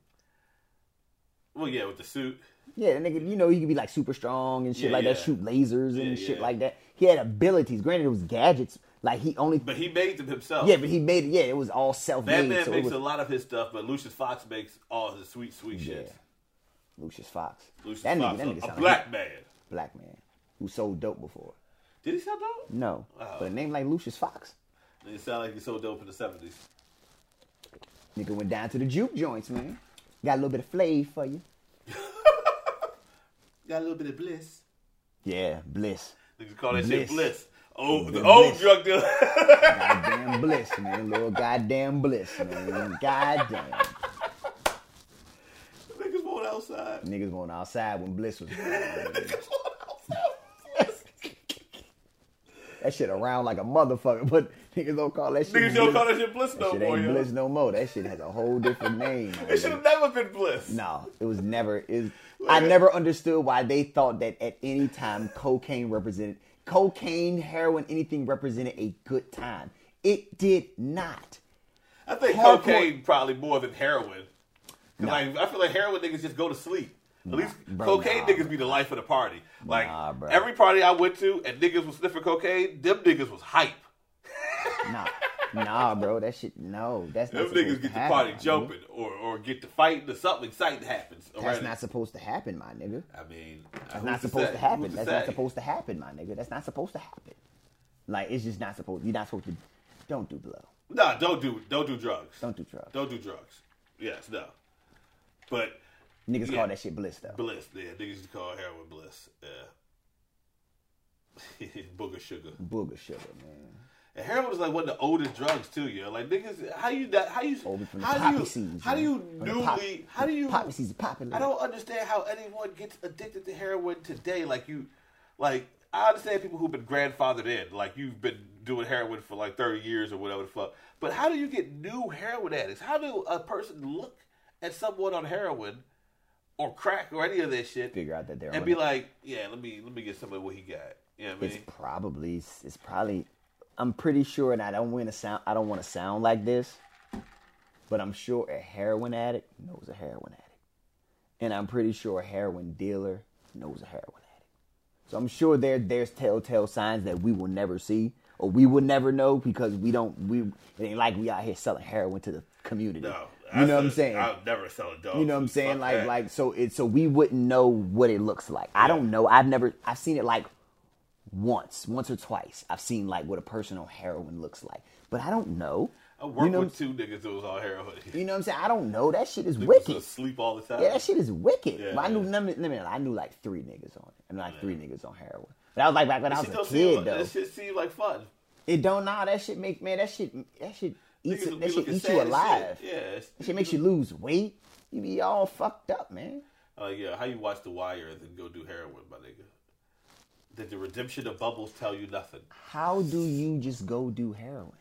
S2: Well, yeah, with the suit.
S1: Yeah, that nigga, you know he could be like super strong and shit
S2: Yeah,
S1: like that,
S2: yeah.
S1: shoot lasers and
S2: Yeah,
S1: shit
S2: yeah.
S1: like that. He had abilities. Granted, it was gadgets. Like he only,
S2: But he made them himself.
S1: yeah, but he made it. Yeah, it was all self made.
S2: Batman
S1: So it
S2: makes
S1: was
S2: a lot of his stuff, but Lucius Fox makes all his sweet, sweet
S1: yeah.
S2: shit.
S1: Lucius Fox.
S2: Lucius
S1: that nigga,
S2: Fox,
S1: that
S2: a-
S1: nigga
S2: a
S1: sound like
S2: black man.
S1: black man who sold dope before.
S2: Did he sell dope?
S1: No,
S2: Oh.
S1: but a name like Lucius Fox,
S2: It sound like he's so dope in the seventies.
S1: nigga went down to the juke joints, man. Got a little bit of flavor for you.
S2: Got a little bit of bliss.
S1: Yeah, bliss.
S2: Niggas call that shit
S1: Bliss.
S2: bliss. Oh, the
S1: Bliss.
S2: old drug dealer. *laughs*
S1: Goddamn bliss, man. Little goddamn bliss, man. Goddamn.
S2: Niggas want outside.
S1: Niggas going outside when bliss was.
S2: *laughs* Niggas want outside.
S1: That shit around like a motherfucker, but niggas don't call that shit.
S2: Niggas don't
S1: bliss.
S2: call that shit bliss no
S1: shit
S2: more,
S1: ain't
S2: yo.
S1: bliss no more. That shit has a whole different name.
S2: *laughs*
S1: my
S2: It
S1: nigga.
S2: should have never been bliss.
S1: No, it was never. Is I never understood why they thought that at any time cocaine represented cocaine, heroin, anything represented a good time. It did not.
S2: I think
S1: Hardcore-
S2: cocaine probably more than heroin. 'Cause, like, I feel like heroin niggas just go to sleep. At least
S1: bro,
S2: cocaine
S1: nah,
S2: niggas be the life of the party. Like
S1: Nah, bro.
S2: every party I went to and niggas was sniffing cocaine, them niggas was hype.
S1: Nah, nah, bro, that shit. No, that's not
S2: Them
S1: supposed
S2: niggas
S1: to
S2: get the
S1: happen,
S2: party
S1: my nigga.
S2: jumping or, or get to fighting or something exciting happens.
S1: That's
S2: around
S1: not
S2: it.
S1: supposed to happen, my nigga.
S2: I mean,
S1: That's not supposed to happen. That's not supposed to happen, my nigga. That's not supposed to happen. Like it's just not supposed. You're not supposed to. Don't do blow.
S2: No, don't do don't do drugs.
S1: Don't do drugs.
S2: Don't do drugs. Yes, no. But
S1: Niggas
S2: yeah.
S1: call that shit bliss though.
S2: bliss, yeah, niggas used to call heroin bliss. Yeah. *laughs* Booger sugar.
S1: Booger sugar, man.
S2: And heroin was like one of the oldest drugs too, yo. Like niggas, how you not, how you
S1: Over from the
S2: how
S1: poppy
S2: do you
S1: seeds.
S2: how do you
S1: man. From the
S2: newly
S1: pop-
S2: how do you
S1: poppy seeds are popping?
S2: I don't understand how anyone gets addicted to heroin today. Like you, like I understand people who've been grandfathered in. Like you've been doing heroin for like thirty years or whatever the fuck. But how do you get new heroin addicts? How do a person look at someone on heroin or crack or any of that shit
S1: figure out that they're
S2: and
S1: on
S2: be
S1: it.
S2: like, yeah, let me let me get some of what he got. You know what I
S1: It's
S2: mean?
S1: probably it's probably I'm pretty sure, and I don't want to sound I don't want to sound like this, but I'm sure a heroin addict knows a heroin addict, and I'm pretty sure a heroin dealer knows a heroin addict. So I'm sure there there's telltale signs that we will never see or we will never know because we don't we it ain't like we out here selling heroin to the community.
S2: No,
S1: you know what I'm
S2: said
S1: saying?
S2: I'll never sell a dog.
S1: You know what I'm saying?
S2: Fuck
S1: Like
S2: that.
S1: like so it so we wouldn't know what it looks like. I don't know. I've never I've seen it like once, once or twice. I've seen like what a person on heroin looks like. But I don't know.
S2: I worked
S1: you know
S2: with two niggas that was on heroin. *laughs*
S1: You know what I'm saying? I don't know. That shit is
S2: Niggas
S1: wicked.
S2: was asleep all the time.
S1: Yeah, that shit is wicked.
S2: Yeah,
S1: But I knew
S2: yeah.
S1: none, none, I knew like three niggas on it. I knew like three niggas on heroin. But I was like back when I was
S2: Shit
S1: a
S2: don't seem
S1: kid
S2: like,
S1: though.
S2: that shit seemed like fun.
S1: It don't nah, that shit make man, that shit that shit eats
S2: Niggas
S1: that
S2: would be
S1: shit
S2: looking
S1: eats
S2: sad
S1: you
S2: as
S1: alive.
S2: Shit. Yeah.
S1: That *laughs*
S2: it's-
S1: shit makes you lose weight. You be all fucked up, man.
S2: Uh, yeah. How you watch The Wire and then go do heroin, my nigga? Did the redemption of bubbles tell you nothing?
S1: How do you just go do heroin?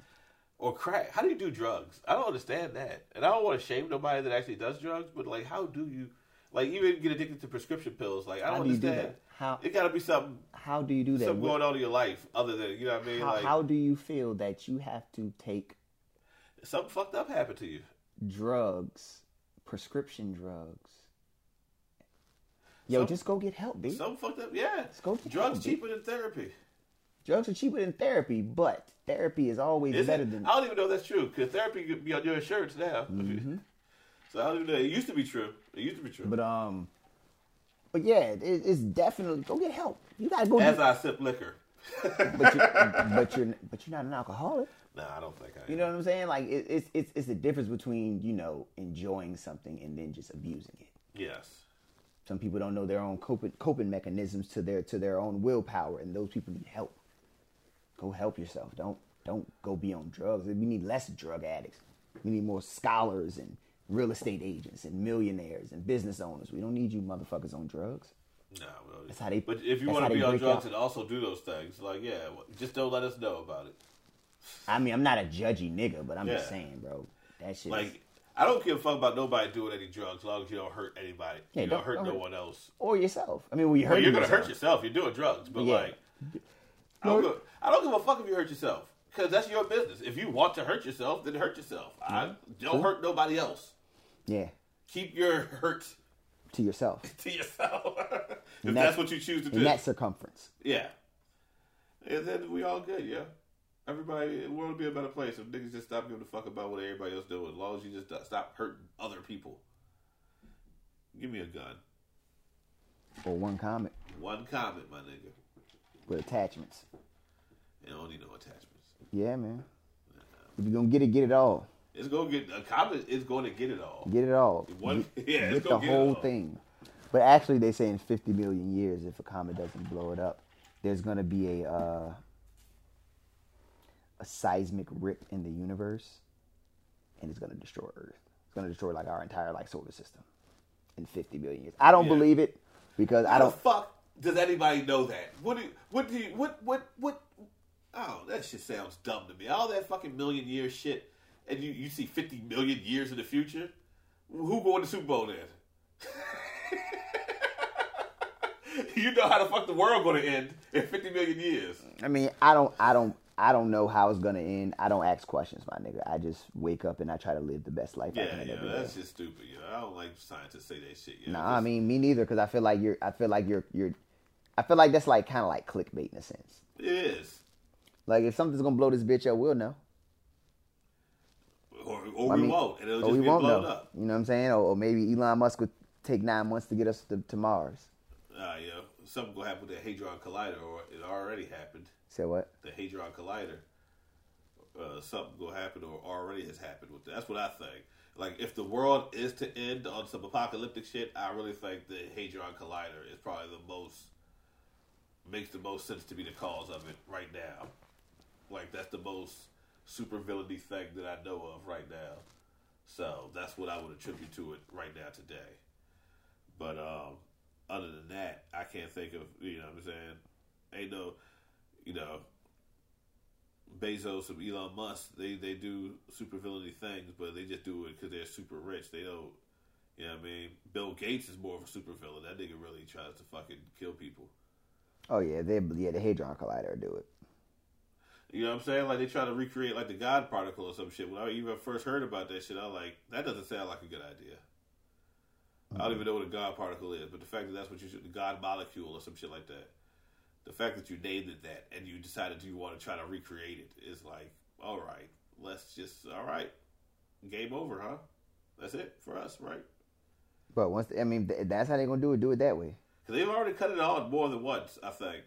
S2: Or crack? How do you do drugs? I don't understand that, and I don't want to shame nobody that actually does drugs. But like, how do you, like, even get addicted to prescription pills? Like, I don't
S1: How do you do
S2: understand.
S1: that? How-
S2: It got to be something,
S1: How do you do that?
S2: something
S1: What-
S2: going on in your life other than you know what I mean.
S1: How,
S2: like,
S1: how do you feel that you have to take
S2: something fucked up happened to you.
S1: drugs, prescription drugs? Yo,
S2: Some-
S1: just go get help, B.
S2: Something fucked up. Yeah.
S1: go get
S2: Drugs
S1: help, B.
S2: cheaper than therapy.
S1: drugs are cheaper than therapy, but therapy is always
S2: Is
S1: better
S2: it? Oh.
S1: than.
S2: I don't even know if that's true because therapy could be on your insurance now. *laughs* So I don't even know. It used to be true. It used to be true.
S1: Mm-hmm. But um, but yeah, it, it's definitely go get help. You gotta go.
S2: As
S1: Get,
S2: I sip liquor,
S1: *laughs* but, you're, but you're but you're not an alcoholic.
S2: nah, I don't think I. Am.
S1: You know what I'm saying? Like it, it's it's it's the difference between you know enjoying something and then just abusing it.
S2: Yes.
S1: Some people don't know their own coping, coping mechanisms to their to their own willpower, and those people need help. Go help yourself. Don't don't go be on drugs. We need less drug addicts. We need more scholars and real estate agents and millionaires and business owners. We don't need you motherfuckers on drugs.
S2: No. Well,
S1: That's how they-
S2: But if
S1: that's
S2: you want
S1: how
S2: to
S1: they
S2: be on
S1: break
S2: drugs
S1: out.
S2: and also do those things, like yeah, well, just don't let us know about it.
S1: I mean, I'm not a judgy nigga, but I'm just
S2: Yeah.
S1: saying, bro. That shit. is-
S2: Like I don't give a fuck about nobody doing any drugs, as long as you don't hurt anybody.
S1: Yeah,
S2: you don't,
S1: don't-
S2: hurt
S1: don't
S2: no
S1: hurt-
S2: one else.
S1: or yourself. I mean, when you hurt
S2: Well, you're gonna
S1: yourself.
S2: hurt yourself. You're doing drugs, but
S1: Yeah.
S2: like, I don't, give, I don't give a fuck if you hurt yourself because that's your business. If you want to hurt yourself, then hurt yourself. I don't hurt nobody else.
S1: Yeah,
S2: Keep your *laughs* hurt
S1: to yourself.
S2: to yourself *laughs* if
S1: And
S2: that's
S1: that's-
S2: what you choose to
S1: In
S2: do.
S1: that circumference.
S2: Yeah, and then we all good. Yeah, everybody, the world would be a better place if niggas just stop giving a fuck about what everybody else doing. As long as you just don't- stop hurting other people. Give me a gun.
S1: Or one comment
S2: One comment, my nigga.
S1: with attachments.
S2: You don't need no attachments.
S1: Yeah, man. If you're gonna get it, get it all.
S2: It's gonna get a comment. It's gonna get it all.
S1: Get it all.
S2: One, *laughs* yeah,
S1: get
S2: it's
S1: the
S2: gonna get it
S1: whole
S2: all.
S1: thing. But actually, they say in 50 million years, if a comet doesn't blow it up, there's gonna be a uh, a seismic rip in the universe, and it's gonna destroy Earth. It's gonna destroy like our entire like solar system in 50 million years. I don't
S2: Yeah.
S1: believe it because I
S2: How
S1: don't.
S2: the fuck does anybody know that? What do you, what do you, what, what, what, oh, that shit sounds dumb to me. All that fucking million year shit, and you, you see 50 million years in the future? Who going to Super Bowl then? *laughs* you know how the fuck the world going to end in 50 million years.
S1: I mean, I don't, I don't, I don't know how it's gonna end. I don't ask questions, my nigga. I just wake up and I try to live the best life I
S2: Yeah,
S1: can
S2: yeah,
S1: every day.
S2: that's just stupid. You know, I don't like scientists say that shit. You know,
S1: Nah, I
S2: just-
S1: mean, me neither, because I feel like you're, I feel like you're, you're, I feel like that's like kind of like clickbait in a sense.
S2: it is.
S1: Like if something's gonna blow this bitch up, we'll know.
S2: Or
S1: I
S2: we
S1: mean,
S2: won't, and it'll
S1: or
S2: just
S1: we
S2: be
S1: won't
S2: blown
S1: know.
S2: up.
S1: You know what I'm saying? Or, or maybe Elon Musk would take nine months to get us to, to Mars.
S2: Uh, you know, something gonna happen with the Hadron Collider, or it already happened.
S1: Say what?
S2: The Hadron Collider, uh, something gonna happen, or already has happened with that. That's what I think. Like, if the world is to end on some apocalyptic shit, I really think the Hadron Collider is probably the most makes the most sense to be the cause of it right now. Like, that's the most supervillainy thing that I know of right now. So that's what I would attribute to it right now today. But um, other than that, I can't think of you know what I'm saying. Ain't no you know Bezos and Elon Musk. They they do super villainy things, but they just do it because they're super rich. They don't. You know what I mean? Bill Gates is more of a super villain. That nigga really tries to fucking kill people.
S1: Oh yeah, they yeah the Hadron Collider would do it.
S2: You know what I'm saying? Like they try to recreate like the God particle or some shit. When I even first heard about that shit, I was like, that doesn't sound like a good idea.
S1: Mm-hmm.
S2: I don't even know what a God particle is, but the fact that that's what you should, the God molecule or some shit like that. The fact that you named it that and you decided you want to try to recreate it is like, all right, let's just, all right, game over, huh? That's it for us, right?
S1: But once I mean th- that's how they're gonna do it. Do it that way.
S2: Because they've already cut it on more than once, I think.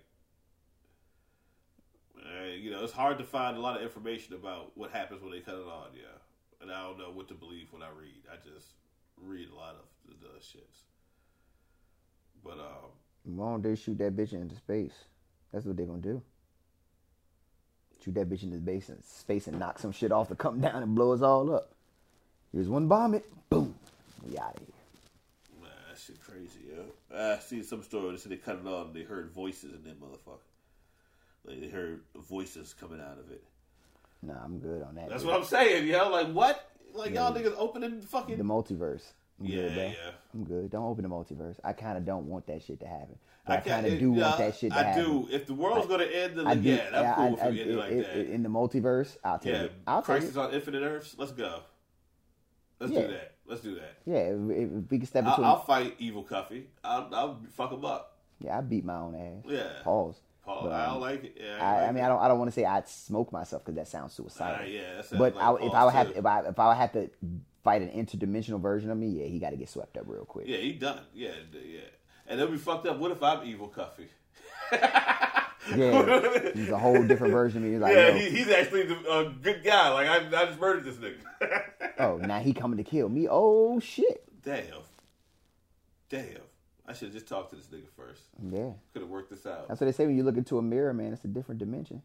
S2: Uh, you know, it's hard to find a lot of information about what happens when they cut it on, yeah. And I don't know what to believe when I read. I just read a lot of the, the shits. But, um,
S1: Why don't they shoot that bitch into space? That's what they're gonna do. Shoot that bitch into space and space and knock some shit off to come *laughs* down and blow us all up. Here's one bomb it. Boom. We out of here.
S2: nah, that shit crazy, yeah. I seen some story that said they cut it on and they heard voices in that motherfucker. Like, they heard voices coming out of it.
S1: Nah, I'm good on that.
S2: That's
S1: dude.
S2: what I'm saying, yo. Like, what? Like, y'all niggas opening fucking.
S1: the multiverse. I'm
S2: Yeah,
S1: good, bro.
S2: yeah.
S1: I'm good. Don't open the multiverse. I kind of don't want that shit to happen. But I,
S2: I,
S1: kind
S2: it-
S1: of do
S2: yeah,
S1: want that shit to
S2: I
S1: happen.
S2: do. If the world's gonna end, then
S1: I do.
S2: yeah, that's
S1: I-
S2: cool
S1: I-
S2: if we end it
S1: I-
S2: like
S1: it-
S2: that.
S1: it- in the multiverse, I'll take
S2: yeah,
S1: it. I'll take
S2: Crisis
S1: it.
S2: on Infinite Earths. Let's go. Let's
S1: Yeah.
S2: do that. Let's do that.
S1: Yeah, if, if we can step into
S2: I'll,
S1: it.
S2: I'll fight Evil Cuffy. I'll, I'll fuck him up.
S1: Yeah, I beat my own ass.
S2: Yeah.
S1: Pause.
S2: Paul,
S1: But,
S2: I
S1: um,
S2: don't like it. Yeah,
S1: I, I
S2: like
S1: mean,
S2: it.
S1: I don't. I don't want to say I'd smoke myself because that sounds
S2: Ah,
S1: suicidal.
S2: yeah, that sounds
S1: but
S2: like
S1: I, if
S2: Paul,
S1: I would have,
S2: too.
S1: if I, if I would have to fight an interdimensional version of me, yeah, he got to get swept up real quick.
S2: yeah, he done. Yeah, d- yeah. And they'll be fucked up. What if I'm Evil Cuffy? *laughs*
S1: Yeah. he's a whole different version of me. He's like,
S2: yeah,
S1: yo,
S2: he, he's actually the- a good guy. Like I, I just murdered this nigga. *laughs*
S1: oh, now he coming to kill me. Oh shit.
S2: Damn, damn. I should have just talked to this nigga first.
S1: Yeah.
S2: Could have worked this out.
S1: That's what they say when you look into a mirror, man. It's a different dimension.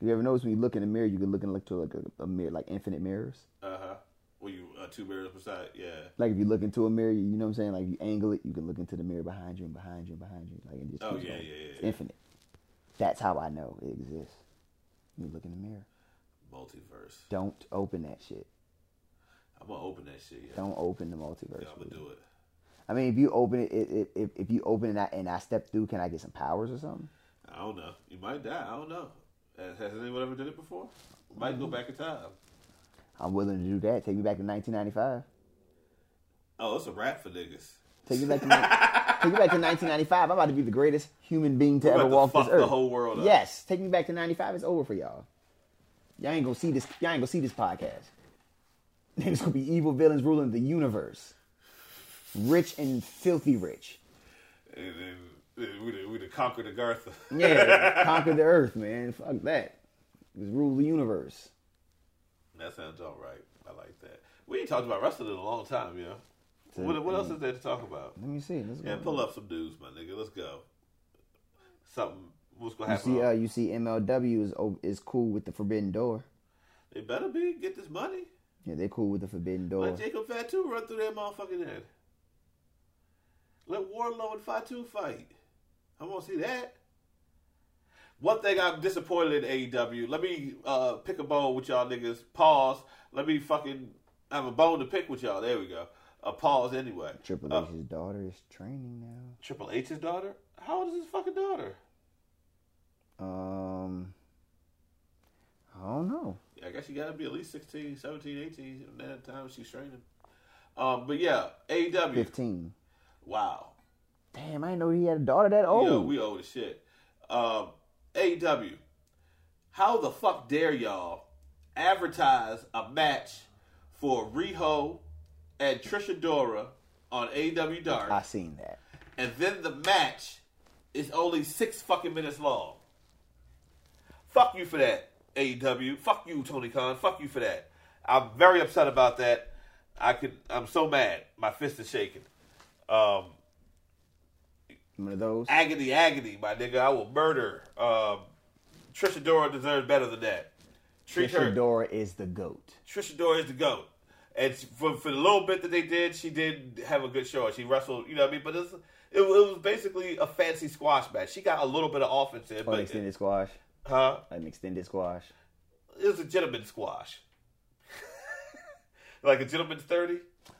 S1: You ever notice when you look in a mirror, you can look into like a, a mirror, like infinite mirrors.
S2: Uh huh. Were you uh, two mirrors beside? Yeah.
S1: Like if you look into a mirror, you know what I'm saying. Like you angle it, you can look into the mirror behind you and behind you and behind you. Like it just
S2: Oh,
S1: keeps
S2: yeah,
S1: going.
S2: yeah, yeah,
S1: It's
S2: yeah.
S1: infinite. That's how I know it exists. You look in the mirror.
S2: Multiverse.
S1: Don't open that shit.
S2: I'm gonna open that shit. Yeah.
S1: Don't open the multiverse.
S2: Yeah, I'm gonna
S1: dude.
S2: do it.
S1: I mean, if you open it, it, it if, if you open it and I, and I step through, can I get some powers or something?
S2: I don't know. You might die. I don't know. Has, has anyone ever done it before? Might
S1: Mm-hmm.
S2: go back in time.
S1: I'm willing to do that. Take me back to 1995.
S2: Oh, it's a rap for niggas.
S1: Take me back to ni- take me back to 1995. I'm about to be the greatest human being to
S2: We're
S1: ever
S2: about to
S1: walk this
S2: fuck
S1: earth.
S2: the whole world up.
S1: Yes, take me back to 95. It's over for y'all. Y'all ain't gonna see this. Y'all ain't gonna see this podcast. *laughs* There's gonna be evil villains ruling the universe, rich and filthy rich.
S2: And, then we done- we done conquered Agartha.
S1: Yeah, conquer the earth, man. Fuck that. Just rule the universe.
S2: *laughs* that sounds all right. I like that. We ain't talked about wrestling in a long time, yeah. What, what else is there to talk about?
S1: Let me see. Let's go.
S2: Yeah, pull up some dudes, my nigga. Let's go. Something. What's gonna
S1: You
S2: happen?
S1: see, uh, you see, MLW is o- is cool with the Forbidden Door.
S2: they better be get this money.
S1: Yeah, they cool with the Forbidden Door.
S2: Let Jacob Fatu run through that motherfucking head. Let Warlow and Fatu fight. I want to see that. One thing I'm disappointed in AEW. Let me uh, pick a bone with y'all niggas. Pause. Let me fucking have a bone to pick with y'all. There we go. A pause anyway.
S1: Triple
S2: Uh,
S1: H's daughter is training now.
S2: Triple H's daughter? How old is his fucking daughter?
S1: Um, I don't know.
S2: I guess you gotta be at least 16, 17, 18 at that time she's training. Um, but yeah, AEW.
S1: Fifteen.
S2: Wow.
S1: Damn, I didn't know he had a daughter that old.
S2: Yo, we owe the shit. Um, AEW, how the fuck dare y'all advertise a match for Riho and Trisha Dora on AW Dark,
S1: I seen that.
S2: and then the match is only six fucking minutes long. Fuck you for that, AEW. Fuck you, Tony Khan. Fuck you for that. I'm very upset about that. I could. I'm so mad. My fist is shaking. Um,
S1: One of those.
S2: agony, agony, my nigga. I will murder. Um, Trisha Dora deserves better than that. Treat her.
S1: Trisha Dora is the goat.
S2: Trisha Dora is the goat. And she- for for the little bit that they did, she did have a good show. She wrestled, you know what I mean. But it's, it, wa- it was basically a fancy squash match. She got a little bit of offense in,
S1: Or Oh, an
S2: but
S1: extended squash.
S2: huh?
S1: An extended squash.
S2: It was a gentleman squash, *laughs* like a gentleman's thirty.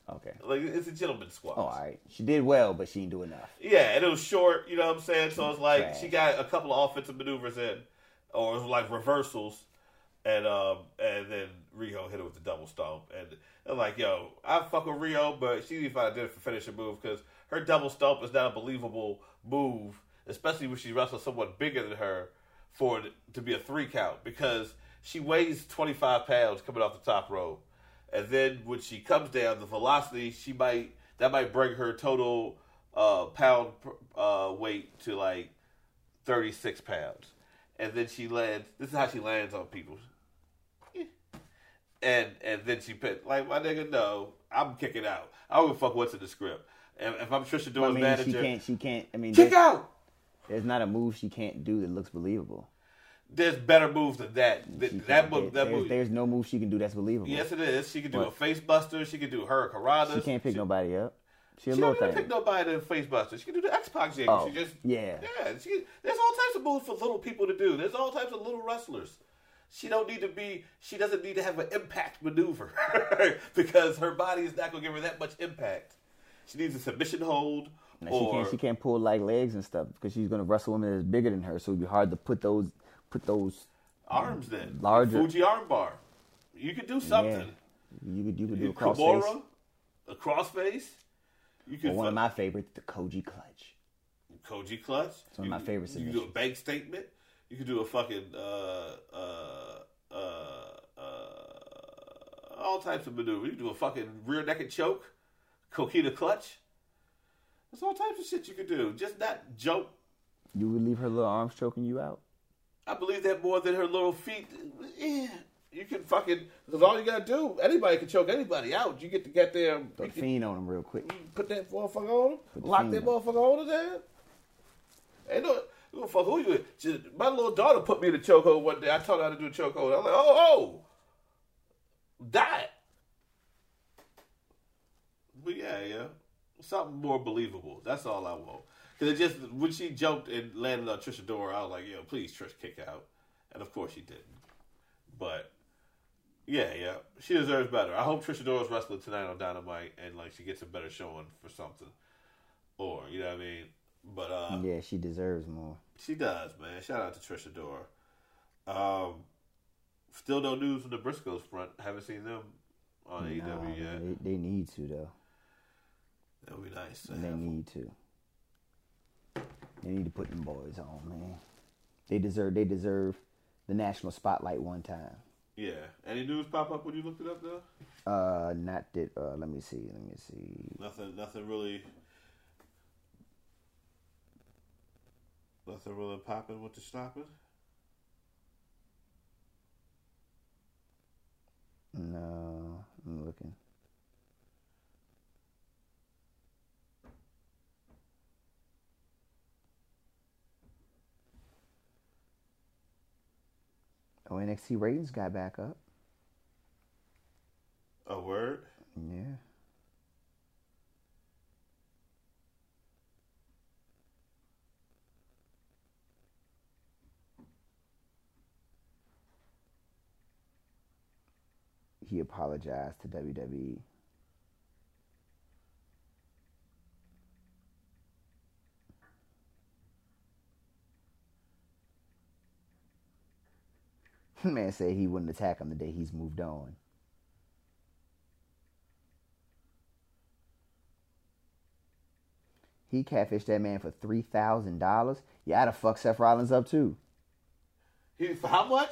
S1: Okay.
S2: Like it's a gentleman squash.
S1: Oh, all right. She did well, but she didn't do enough.
S2: Yeah, and it was short, you know what I'm saying? So it's like
S1: Trash.
S2: she got a couple of offensive maneuvers in, or it was like reversals, and um and then Rio hit her with the double stomp, and I'm like, yo, I fuck with Rio, but she didn't find a different finishing move because her double stomp is not a believable move, especially when she wrestles someone bigger than her for it to be a three count because she weighs 25 pounds coming off the top rope. And then when she comes down, the velocity she might that might bring her total uh, pound uh, weight to like 36 pounds. And then she lands. This is how she lands on people. Eh. And and then she pit like my nigga. No, I'm kicking out. I don't give a fuck what's in the script. And if I'm Trisha
S1: I
S2: Dora's
S1: mean, she
S2: manager,
S1: can't. She can't. I mean,
S2: kick
S1: there's,
S2: out.
S1: there's not a move she can't do that looks believable.
S2: There's better moves than that. Th-
S1: She can't-
S2: that move.
S1: there-
S2: That
S1: there's,
S2: move.
S1: there's no move she can do that's believable.
S2: Yes, it is. She can do a
S1: What?
S2: face buster. She can do her karate.
S1: she can't pick nobody up. She a
S2: She
S1: little
S2: don't even
S1: thing.
S2: pick nobody to face buster. She can do the X Pac jig.
S1: Oh,
S2: she just
S1: yeah.
S2: yeah. She, there's all types of moves for little people to do. There's all types of little wrestlers. She don't need to be. She doesn't need to have an impact maneuver *laughs* because her body is not gonna give her that much impact. She needs a submission hold
S1: Now, she
S2: or
S1: can't. She can't pull like legs and stuff because she's gonna wrestle women that's bigger than her. So it'd be hard to put those put those.
S2: arms. Then
S1: Larger.
S2: Fuji armbar. You could do something.
S1: Yeah, you could you could do a cross
S2: Kimura,
S1: face.
S2: a crossface. You could
S1: One of
S2: fuck-
S1: my favorites, the Koji clutch.
S2: Koji Clutch. It's
S1: one of my favorite
S2: You can do a bank statement. You can do a fucking uh, uh, uh, uh, all types of maneuvers. You can do a fucking rear naked choke, Kokita Clutch. There's all types of shit you can do. Just not jump.
S1: You would leave her little arms choking you out.
S2: I believe that more than her little feet. Yeah. You can fucking because all you gotta do, anybody can choke anybody out. You get to get there,
S1: Throw the fiend on him real quick.
S2: put that motherfucker on him,
S1: the
S2: lock
S1: finger.
S2: that motherfucker on his ass. Ain't no, no fuck who you is. She- my little daughter put me in a chokehold one day. I taught her how to do a chokehold. I'm like, oh, oh, die. But yeah, yeah, something more believable. That's all I want. Cause it just when she jumped and landed on Trisha Dora, I was like, yo, please Trish kick out, and of course she didn't. But yeah, yeah. She deserves better. I hope Trisha Dora's wrestling tonight on Dynamite and like she gets a better showing for something. Or, you know what I mean? But uh
S1: Yeah, she deserves more.
S2: she does, man. Shout out to Trisha Dora. Um still no news from the Briscoes front. Haven't seen them on
S1: Nah,
S2: AEW yet.
S1: man, they, they need to though.
S2: That would be nice. to
S1: They
S2: have.
S1: need to. They need to put them boys on, man. They deserve. They deserve the national spotlight one time.
S2: Yeah. Any news pop up when you looked it up though?
S1: Uh, not that. Uh, let me see. Let me see.
S2: Nothing nothing really Nothing really popping with the stopping?
S1: No, I'm looking. Oh, NXT ratings got back up.
S2: A word?
S1: Yeah. He apologized to E. WWE. *laughs* Man said he wouldn't attack him the day he's moved on. He catfished that man for three thousand dollars. Yeah, I'd have fucked Seth Rollins up too.
S2: He, for how much?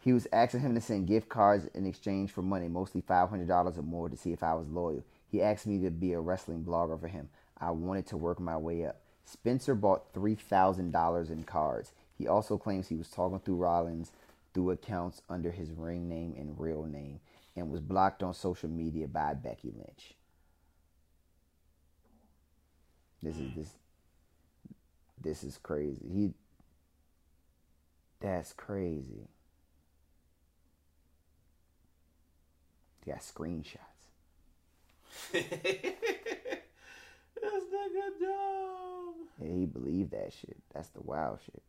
S1: He was asking him to send gift cards in exchange for money, mostly $500 or more, to see if I was loyal. He asked me to be a wrestling blogger for him. I wanted to work my way up. Spencer bought $3,000 in cards. He also claims he was talking through Rollins through accounts under his ring name and real name and was blocked on social media by Becky Lynch. This is this this is crazy. He that's crazy. He got screenshots.
S2: *laughs* That's nigga dumb.
S1: And he believed that shit. That's the wild shit.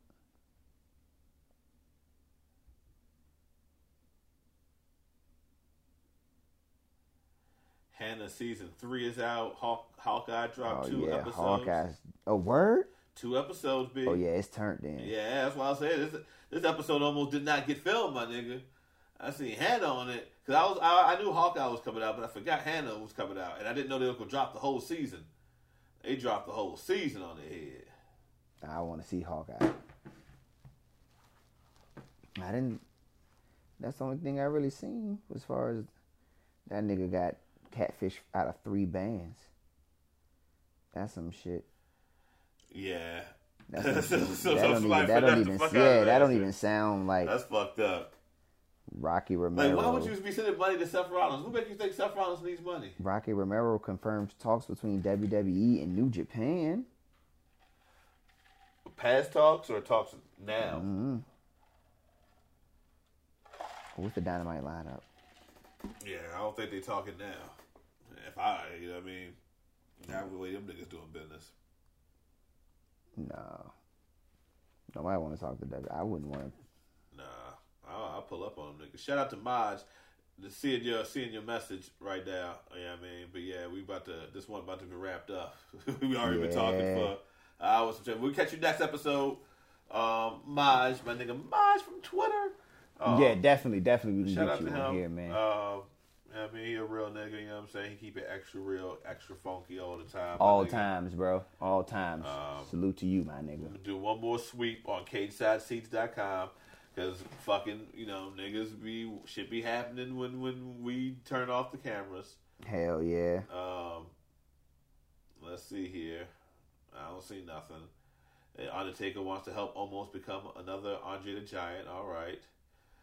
S2: Hannah season three is out. Hawk, Hawkeye dropped
S1: Oh
S2: two
S1: yeah,
S2: episodes.
S1: Hawkeye's a word?
S2: Two episodes, big.
S1: Oh yeah, it's turned in.
S2: Yeah, that's why I said this. This episode almost did not get filmed, my nigga. I seen Hannah on it because I was I, I knew Hawkeye was coming out, but I forgot Hannah was coming out, and I didn't know they were gonna drop the whole season. They dropped the whole season on their head.
S1: I want to see Hawkeye. I didn't. That's the only thing I really seen as far as that nigga got catfish out of three bands. That's some shit.
S2: Yeah,
S1: That's some
S2: *laughs* So-
S1: shit.
S2: so
S1: that don't
S2: somebody
S1: even. That
S2: forgot
S1: don't
S2: the
S1: even
S2: fuck out
S1: yeah,
S2: of
S1: that
S2: that
S1: don't
S2: shit.
S1: even sound like
S2: that's fucked up.
S1: Rocky
S2: Like,
S1: Romero.
S2: why would you be sending money to Seth Rollins? Who make you think Seth Rollins needs money?
S1: Rocky Romero confirms talks between WWE and New Japan.
S2: Past talks or talks now?
S1: Mm-hmm. What's the dynamite lineup?
S2: Yeah, I don't think they talking now. If I, you know what I mean, that way them niggas doing business.
S1: No, nobody want to talk to WWE. I wouldn't want to.
S2: Nah, I'll, I'll pull up on them niggas. Shout out to Maj, the- seeing your seeing your message right now. You know what I mean, but yeah, we about to this one about to be wrapped up. *laughs* we already been talking
S1: Yeah.
S2: for hours. We'll catch you next episode. Um, Maj, my nigga Maj from Twitter. Um,
S1: yeah, definitely, definitely, we can
S2: Shout
S1: get
S2: out
S1: you
S2: to
S1: on
S2: him.
S1: here, man.
S2: Um, I mean, he a real nigga. You know what I'm saying? He keep it extra real, extra funky all the time. my
S1: All
S2: nigga. Um,
S1: times, bro. All times. Salute to you, my nigga.
S2: Do one more sweep on CageSideSeats.com because fucking you know niggas be should be happening when when we turn off the cameras.
S1: Hell yeah.
S2: Um, let's see here. I don't see nothing. The Undertaker wants to help almost become another Andre the Giant. All right.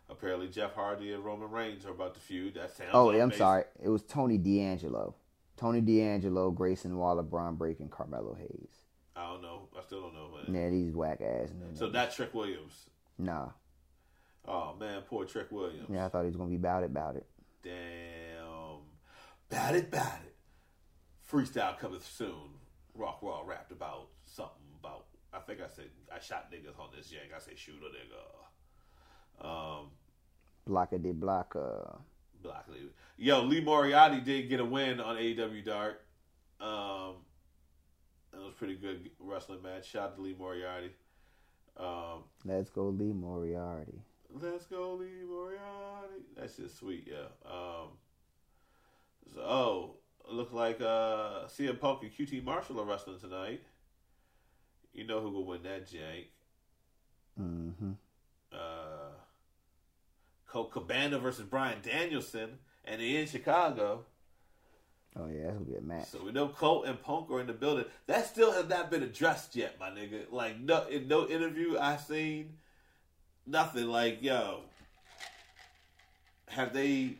S2: Apparently, Jeff Hardy and Roman Reigns are about to feud. That sounds.
S1: Oh, yeah, I'm
S2: amazing.
S1: sorry. It was Tony D'Angelo. Tony D'Angelo, Grayson Waller, Braun Break, and Carmelo Hayes.
S2: I don't know. I still don't know. Man.
S1: Yeah, these whack ass. niggas.
S2: Uh. So not Trick Williams.
S1: Nah.
S2: Oh man, poor Trick Williams.
S1: Yeah, I thought he was gonna be about it, about it.
S2: Damn. Bat it, bat it. Freestyle coming soon. Rock Raw rapped about something about. I think I said I shot niggas on this yank. I said shoot a nigga. Um,
S1: Blocker de blocker.
S2: Black Lee. Yo, Lee Moriarty did get a win on AEW Dark. Um, it was a pretty good wrestling match. Shout out to Lee Moriarty. Um,
S1: Let's go, Lee Moriarty.
S2: Let's go, Lee Moriarty. That's just sweet, yeah. Um, so, oh, look like uh, CM Punk and QT Marshall are wrestling tonight. You know who will win that jank.
S1: Mm-hmm.
S2: Uh, Colt Cabana versus Brian Danielson, and they're in Chicago.
S1: Oh yeah, that's gonna be a match.
S2: So we know Colt and Punk are in the building. That still has not been addressed yet, my nigga. Like no, in no interview I seen, nothing. Like yo, have they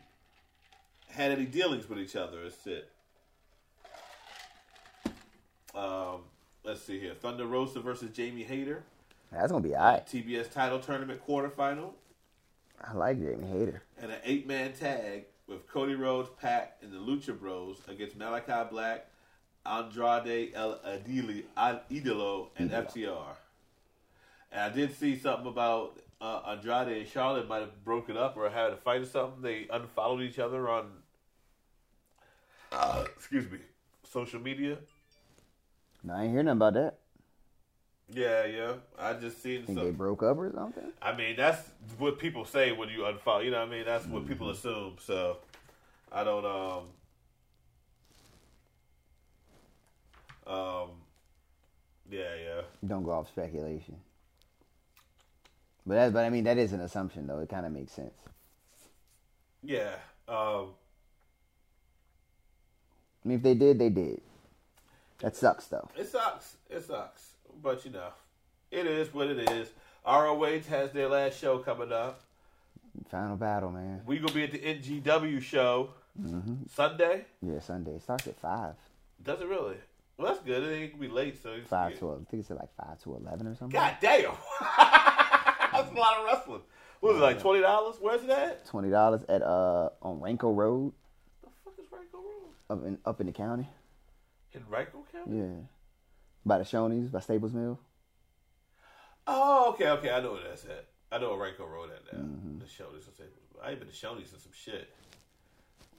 S2: had any dealings with each other or shit? Um, let's see here: Thunder Rosa versus Jamie Hayter,
S1: That's gonna be alright.
S2: TBS title tournament quarterfinal,
S1: I like Jamie Hater.
S2: and an eight-man tag with Cody Rhodes, Pac, and the Lucha Bros against Malachi Black, Andrade El Adili, Ad- Idolo, and FTR. And I did see something about uh, Andrade and Charlotte might have broken up or had a fight or something. They unfollowed each other on, uh, excuse me, social media.
S1: No, I ain't hear nothing about that.
S2: Yeah, yeah. I just seen
S1: Think
S2: some.
S1: they broke up or something?
S2: I mean, that's what people say when you unfollow. You know what I mean? That's what people assume. So I don't um um yeah yeah.
S1: Don't go off speculation. But that, but I mean that is an assumption though. It kind of makes sense.
S2: Yeah. Um,
S1: I mean if they did, they did. That sucks though.
S2: It sucks. It sucks. But you know, it is what it is. ROH has their last show coming up.
S1: Final battle, man.
S2: We gonna be at the NGW show Sunday.
S1: Yeah, Sunday. It starts at five,
S2: Does it really? Well, that's good. It ain't gonna be late, so it's
S1: five
S2: good.
S1: to. I think it's at like five to eleven or something.
S2: God damn, *laughs* that's a lot of wrestling. What was it like twenty dollars? Where's that?
S1: Twenty dollars at uh on Ranko Road
S2: The fuck is Ranko Road?
S1: up in up in the county.
S2: In Ranko County?
S1: Yeah, by the Shoney's, by Staples Mill.
S2: Oh, okay, okay. I know where that's at. I know where Ranko Road at now. The Shoney's. and Staples. I ain't been to Shoney's since some shit.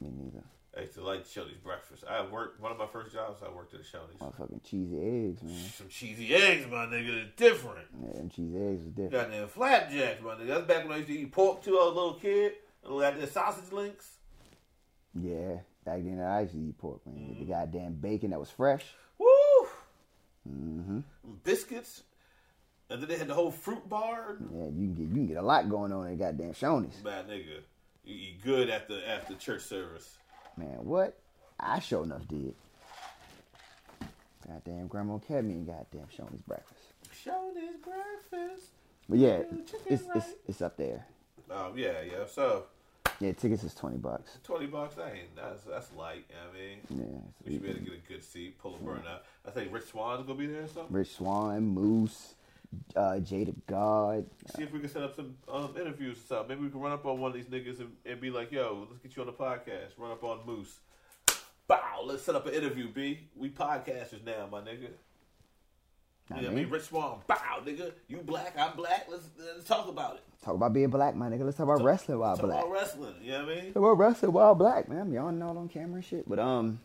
S1: Me neither.
S2: I used to like Shoney's breakfast. I worked one of my first jobs. I worked at a Shoney's.
S1: Motherfucking cheesy eggs, man.
S2: Some cheesy eggs, my nigga. It's different.
S1: Yeah, them cheesy eggs was different.
S2: Goddamn flapjacks, my nigga. That's back when I used to eat pork too. I was a little kid. And goddamn sausage links.
S1: Yeah, back then I used to eat pork, man. The goddamn bacon that was fresh.
S2: Woo! Mm-hmm. Biscuits. And then they had the whole fruit bar.
S1: Yeah, you can get you can get a lot going on at goddamn Shoney's.
S2: My nigga. You eat good after after church service.
S1: Man, what? I sure enough did. Goddamn grandma kept me in goddamn Shoney's breakfast.
S2: Shoney's breakfast.
S1: But yeah,
S2: chicken
S1: it's it's
S2: rice.
S1: it's up there.
S2: Oh, yeah, yeah. So,
S1: Yeah, tickets is twenty bucks.
S2: 20 bucks, that ain't, that's, that's light, you know what I mean?
S1: Yeah.
S2: We should be able to get a good seat, pull a burn out. I think Rich Swan's gonna be there or something.
S1: Rich Swan, Moose, uh, Jade of God.
S2: See if we can set up some um, interviews or something. Maybe we can run up on one of these niggas and, and be like, yo, let's get you on the podcast. Run up on Moose. Bow, let's set up an interview, B. We podcasters now, my nigga.
S1: Nah,
S2: You know what I
S1: man.
S2: mean? Rich Swan, bow, nigga. You black, I'm black. Let's, let's talk about it.
S1: Talk about being black, my nigga. Let's talk about wrestling while
S2: Talk
S1: black.
S2: about wrestling, you know what I mean?
S1: Talk about wrestling while black, man. I'm yawning all on camera and shit. But um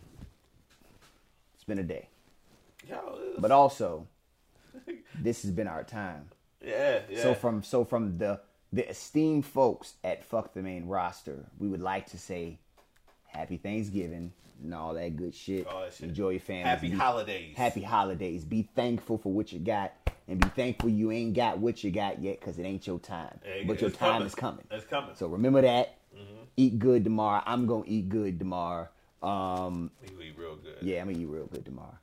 S1: it's been a day.
S2: Yo,
S1: But also, this has been our time.
S2: yeah, yeah.
S1: So from so from the the esteemed folks at Fuck the Main Roster, we would like to say Happy Thanksgiving and all that good shit.
S2: All that shit.
S1: Enjoy your family.
S2: Happy holidays.
S1: Happy holidays. Be thankful for what you got, and be thankful you ain't got what you got yet because it ain't your time.
S2: Hey,
S1: but your
S2: it's
S1: time
S2: coming.
S1: is coming.
S2: It's coming.
S1: So remember that. Eat good tomorrow. I'm gonna eat good tomorrow. Um,
S2: We gonna eat real good.
S1: yeah, I'm gonna eat real good tomorrow.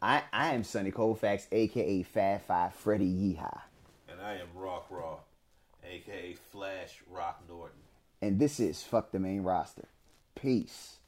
S1: I, I am Sonny Colfax, aka Fat Five Freddy Yeehaw.
S2: And I am Rock Raw, aka Flash Rock Norton.
S1: And this is Fuck the Main Roster. Peace.